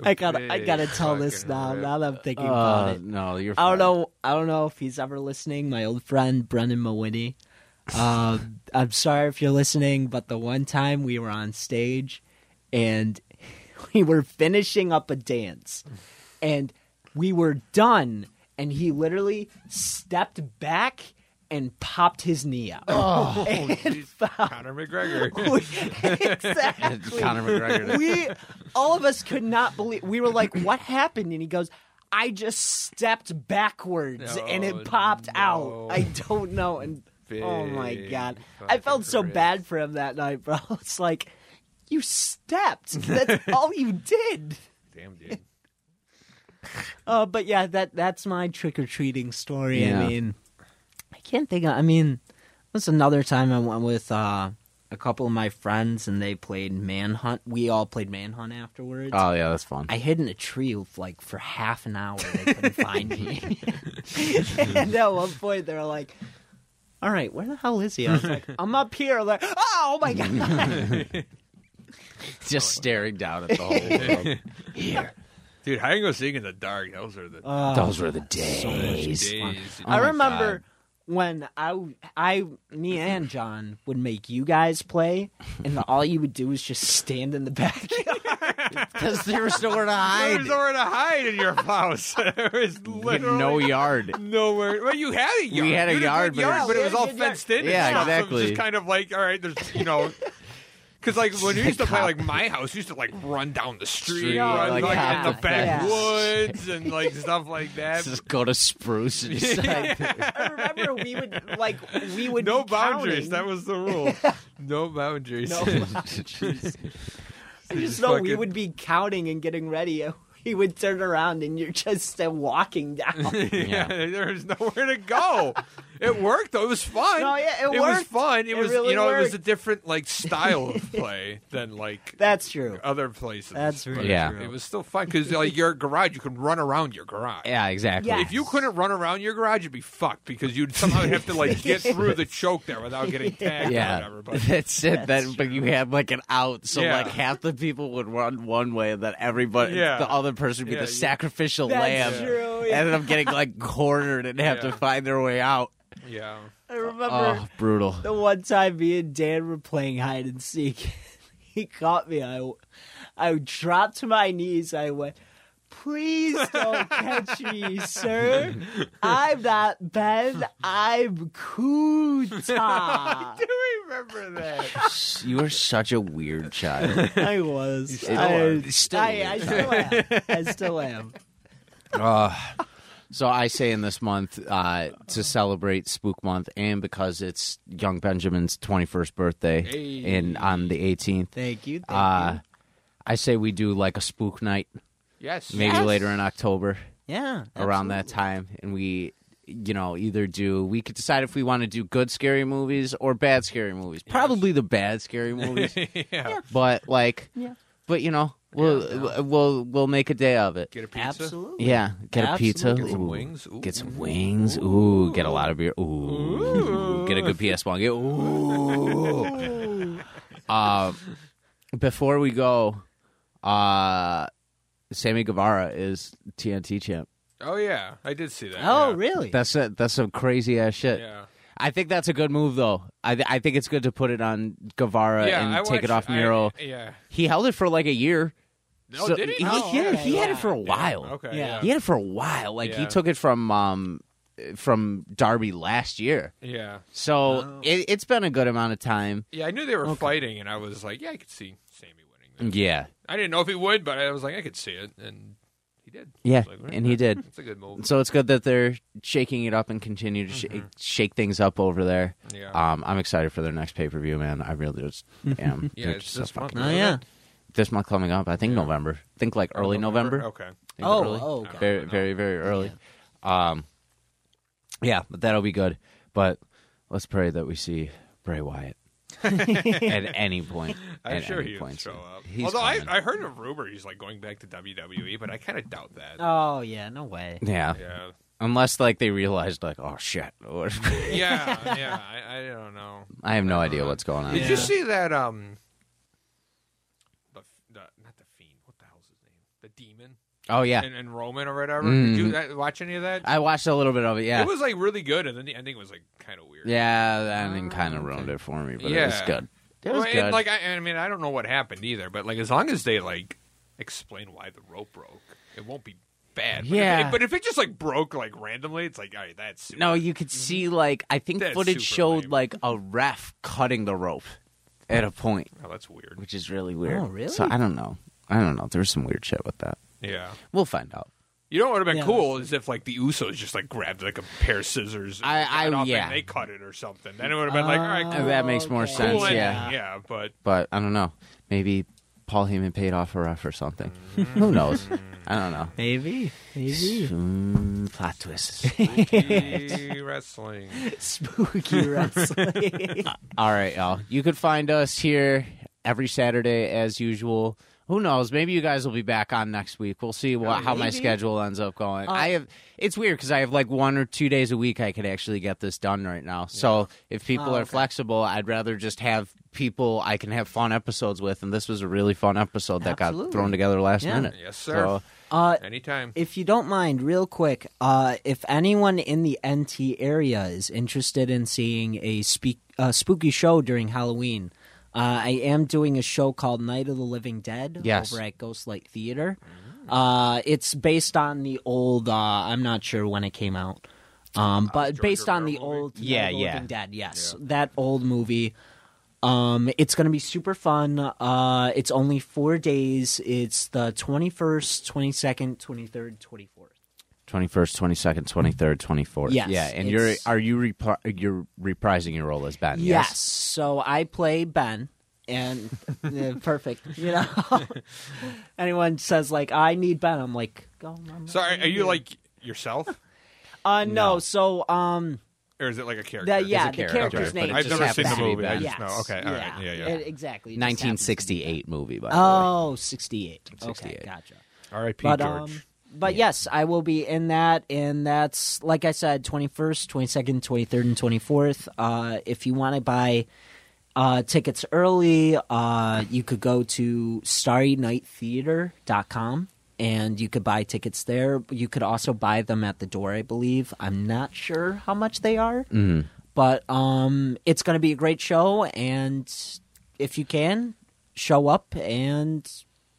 I gotta, I Big gotta tell this fucking now. rip. Now that I'm thinking about Uh, it, no, you're. I don't fine. know. I don't know if he's ever listening. My old friend Brendan Mawinny. Um, I'm sorry if you're listening, but the one time we were on stage, and *laughs* we were finishing up a dance, and we were done, and he literally stepped back and popped his knee out. and found- *laughs* Conor McGregor. *laughs* exactly. Conor *laughs* McGregor. *laughs* we all of us could not believe we were like what happened and he goes i just stepped backwards and No, it popped no. out i don't know and oh my Big god i fucking felt so Chris. bad for him that night bro *laughs* it's like you *laughs* stepped that's all you did Damn, dude. uh, but yeah that that's my trick-or-treating story Yeah. i mean i can't think of, i mean that's another time i went with uh a couple of my friends and they played manhunt we all played manhunt afterwards Oh yeah, that's fun. I hid in a tree like for half an hour. *laughs* They couldn't find me. *laughs* and at one point, they were like, "All right, where the hell is he?" I was like, "I'm up here." Like, oh *laughs* my god! *laughs* Just staring down at *laughs* the whole world. Dude, hide and go seek in the dark. Those are Oh, the Oh Those were the days. Oh. days. dude. *laughs* I remember when I, I, me and John would make you guys play, and all you would do is just stand in the *laughs* backyard. Because there was nowhere to There hide. was nowhere to hide in your *laughs* house. there was You had literally no yard. nowhere. Well, you had a yard. had a You yard, but it was- but it was all Yeah, we had a fenced in. and Yeah, stuff, so It was exactly. just kind of like, all right, there's, *laughs* you know. Because, like, when we used to play, like, my house used to, like, run down the street, Street, run, like, like, half in the the fence. backwoods and, like, *laughs* stuff like that. Just go to Spruce and *laughs* just I remember we would like we would no be boundaries. counting. That was *laughs* the rule. no boundaries. *laughs* No boundaries. I just know we would be counting and getting ready. *laughs* and He would turn around and you're just uh, walking *laughs* down. *laughs* Yeah, there was nowhere to go. it worked though. It was fun. No, yeah, it was worked. fun. It, It was really you know it was worked. a different like style of play than like That's true. Oh, other places. That's But really Yeah. true. It was still fun because like your garage, you could run around your garage. Yeah, exactly. Yeah. If you couldn't run around your garage, you'd be fucked because you'd somehow have to like get through the choke there without getting tagged or Yeah, whatever. *laughs* But that's it. That, but you had like an out, so Yeah. like half the people would run one way, and then everybody, Yeah. the other person would be Yeah, the you- sacrificial That's lamb, true, and yeah. ended up getting like cornered and have to Yeah. find their way out. yeah, I remember Oh, brutal. *laughs* the one time me and Dan were playing hide and seek. *laughs* he caught me. I, I dropped to my knees. I went, Please don't catch *laughs* me, sir. I'm not Ben. I'm Kuta. *laughs* do we remember that? You were such a weird *laughs* child. I was. still I, are. You still I, I are. still am. *laughs* I still am. So I say in this month uh, to celebrate Spook Month, and because it's Young Benjamin's twenty-first birthday, Hey. and on the eighteenth, Thank you. Thank uh, you. I say we do like a Spook Night, Yes, maybe Yes. later in October. Yeah. around that time and we you know either do we could decide if we want to do good scary movies or bad scary movies probably the bad scary *laughs* movies *laughs* yeah. but like Yeah. but you know we'll we'll we'll make a day of it Get a pizza. Absolutely. yeah get a Absolutely. pizza Get some Ooh. wings. Ooh. get some wings ooh get a lot of beer ooh, get a good ps1 get *laughs* *laughs* ooh uh, before we go uh sammy guevara is tnt champ Oh yeah, I did see that. Oh, yeah. really? That's a, that's some crazy ass shit. Yeah. I think that's a good move though. I th- I think it's good to put it on Guevara yeah, uh, and I take it watched- off Muro. I, yeah. he held it for like a year. No, So- did he? Oh, yeah, okay, he had yeah. it for a while. Okay. Yeah. Yeah. He had it for a while. Like he Yeah. took it from um from Darby last year. Yeah. So Oh. it, it's been a good amount of time. Yeah, I knew they were fighting, and I was like, yeah, I could see Sammy winning. That. Yeah, I didn't know if he would, but I was like, I could see it, and he did. I yeah, was like, "All right, and he did. That's a good move. So it's good that they're shaking it up and continue to sh- shake things up over there. Mm-hmm. Yeah. Um, I'm excited for their next pay per view, man. I really *laughs* just am. yeah, They're it's just so this month. fucking- Oh isn't yeah. it? this month coming up. I think November. I think like early November. Okay. I think Oh, early. oh, okay. very, very, very early. Um, yeah, but that'll be good. But let's pray that we see Bray *laughs* Wyatt at any point. I'm at sure any he would point show soon. up. He's Although I, coming. I heard a rumor he's like going back to WWE, but I kind of doubt that. Oh yeah. No way. yeah. yeah. unless like they realized like, oh shit, *laughs* Yeah. yeah. I, I don't know. I have no idea what's going on. Did you see that? Um, the, the not the fiend. What the hell's his name? The demon Oh yeah, and, and Roman or whatever. Mm. Did you that, watch any of that? I watched a little bit of it. Yeah, It was like really good, and then the ending was like kind of weird. Ah, yeah, that ending kind of ruined it for me, but it was Yeah. good. It Well, was and, good. like I, I mean, I don't know what happened either, but like as long as they like explain why the rope broke, it won't be bad. But if- Yeah. but if it just like broke like randomly, it's like all right, that's super. No, you could see like I think Mm-hmm. That's footage super showed lame. like a ref cutting the rope at a point, Oh, that's weird. which is really weird. Oh, really? So I don't know. I don't know. There's some weird shit with that. Yeah. We'll find out. You know what would have been Yeah, cool is if like the Usos just like grabbed like a pair of scissors. And I- got I- up and yeah. they cut it or something. Then it would have been like all right, Uh, cool, that makes more Okay. sense. cool ending. yeah. yeah, *laughs* but but I don't know. Maybe Paul Heyman paid off a ref or something. Mm-hmm. Who knows? I don't *laughs* know. Maybe. Maybe. Mm, plot twists. *laughs* Spooky wrestling. *laughs* Spooky wrestling. All right, y'all. You could find us here every Saturday as usual. Who knows? Maybe you guys will be back on next week. We'll see what, how my schedule ends up going. Uh, I have it's weird because I have like one or two days a week I could actually get this done right now. So if people Oh, are okay. flexible, I'd rather just have people I can have fun episodes with. And this was a really fun episode that got Absolutely. thrown together last Yeah. minute. Yes, sir. So, uh, Anytime. if you don't mind, real quick, uh, if anyone in the NT area is interested in seeing a speak, uh, spooky show during Halloween, uh, I am doing a show called Night of the Living Dead Yes. over at Ghostlight Theater. Mm. Uh, it's based on the old. Uh, I'm not sure when it came out, um, but Uh, George based on the Romero movie? old Night Yeah, of the yeah. Living Dead. Yes, that old movie. Um, it's gonna be super fun. Uh, it's only four days. It's the twenty first, twenty second, twenty third, twenty fourth. 21st, 22nd, 23rd, 24th. Yes, yeah, and you're it's- are you repri- you're reprising your role as Ben? Yes. So I play Ben, and *laughs* uh, perfect. You know, *laughs* anyone says like I need Ben, I'm like, go. I'm not Sorry, gonna are you do it." like yourself, Uh, no. So um, or is it like a character? that yeah, a the character, character's but name. it is I've just never seen the happens to be movie. I Ben. just know. Okay, all right, yeah, yeah. It- exactly. it just happens to be 1968 movie, by Ben. Oh, 68. Okay, 68. gotcha. R.I.P. But George. um, but yes, I will be in that, and that's like I said, twenty first, twenty second, twenty third, and twenty fourth. Uh, if you want to buy uh, tickets early, uh, you could go to starrynighttheater.com and you could buy tickets there. You could also buy them at the door, I believe. I'm not sure how much they are, but um, it's going to be a great show, and if you can, show up and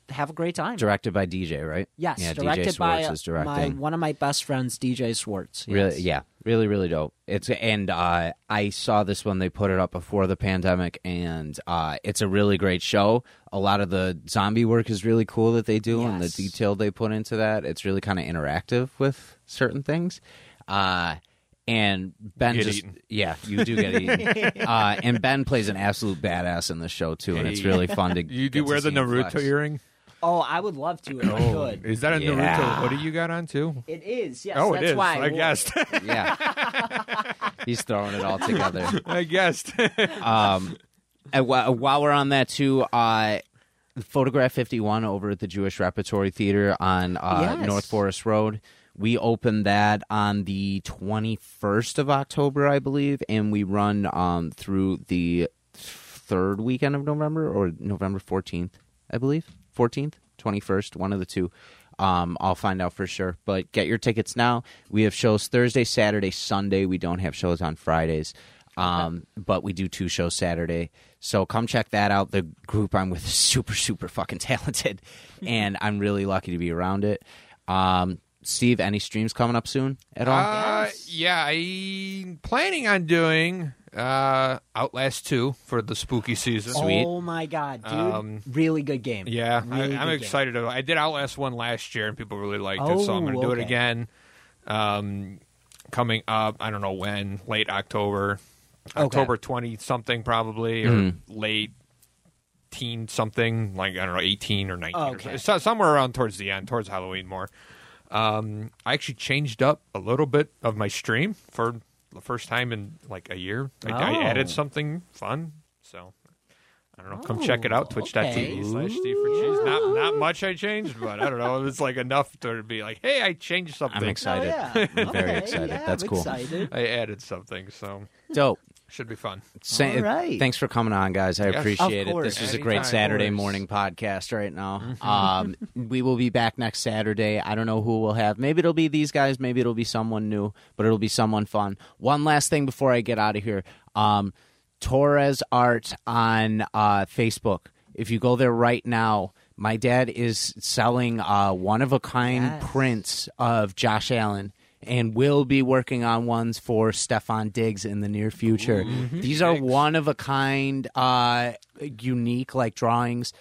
have a great time. Directed by DJ, right? Yes, yeah. directed DJ Swartz by is my directing. one of my best friends, DJ Swartz. Yes. Really, yeah, really, really dope. It's and uh, I saw this one. They put it up before the pandemic, and uh, it's a really great show. A lot of the zombie work is really cool that they do, and the Yes. detail they put into that. It's really kind of interactive with certain things. Uh, and Ben You get just eaten. yeah, you do get *laughs* eaten. uh, and Ben plays an absolute badass in the show too, and it's really fun to *laughs* you get do to wear the see him Naruto flex. earring. Oh, Oh, I would love to if Oh. I could. Is that a Yeah. Naruto hoodie you got on too? It is. Yes, oh, that's it is. why. I, wore guessed. *laughs* it. Yeah, he's throwing it all together. I guessed. *laughs* Um, and wh- while we're on that too, uh, Photograph 51 over at the Jewish Repertory Theater on uh, Yes. North Forest Road. We open that on the 21st of October, I believe, and we run um, through the third weekend of November or November 14th, I believe. 14th, 21st, one of the two. Um, I'll find out for sure. But get your tickets now. We have shows Thursday, Saturday, Sunday. We don't have shows on Fridays. Um, but we do two shows Saturday. So come check that out. The group I'm with is super, super fucking *laughs* talented. and I'm really lucky to be around it. Um, Steve, any streams coming up soon at all? Uh, yeah, I'm planning on doing uh, Outlast 2 for the spooky season. Sweet. Oh my god, dude! Um, really good game. Yeah, Really I, I'm good game. excited. About, I did Outlast 1 last year, and people really liked it, so I'm Oh, going to do it okay. again. Um, coming up, I don't know when, late October, Okay. October 20 something probably, or late teen something, like, I don't know, 18 or 19. or Okay. so- so, somewhere around towards the end, towards Halloween more. Um, I actually changed up a little bit of my stream for the first time in like a year. I, I Oh. added something fun, so I don't know. Come check it out, Oh, okay. twitch.tv slash Steve for Cheese. Not, not much I changed, but I don't know. It's like enough to be like, hey, I changed something. I'm Oh, excited. yeah. I'm very Okay, excited. yeah, That's I'm cool. Excited. I added something, so *laughs* Dope. should be fun. Sa- All right. Thanks for coming on, guys. I Yes. appreciate Of Mm-hmm. it. course. This was a Anytime. great Saturday Of course. morning podcast right now. *laughs* Um, we will be back next Saturday. I don't know who we'll have. Maybe it'll be these guys. Maybe it'll be someone new, but it'll be someone fun. One last thing before I get out of here um, Torres Art on uh, Facebook. If you go there right now, My dad is selling uh, one of a kind Yes. prints of Josh Allen and will be working on ones for Stefan Diggs in the near future. These are one of a kind, uh, unique like drawings.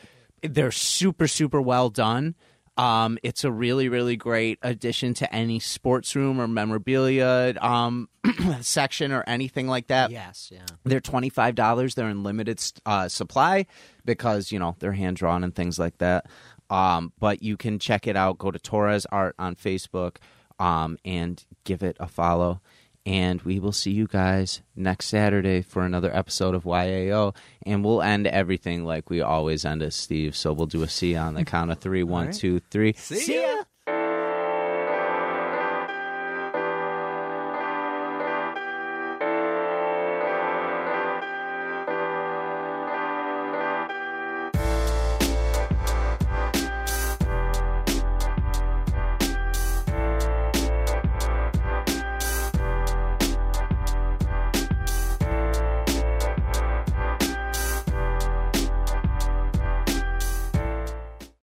They're super, super well done. Um, it's a really, really great addition to any sports room or memorabilia um, *clears throat* section or anything like that. Yes, yeah. They're twenty five dollars. They're in limited uh, supply because you know they're hand drawn and things like that. Um, but you can check it out. Go to Torres Art on Facebook um, and give it a follow. And we will see you guys next Saturday for another episode of YAO. And we'll end *laughs* everything like we always end it, Steve. So we'll do a C on the count of three. One, two, three. See ya.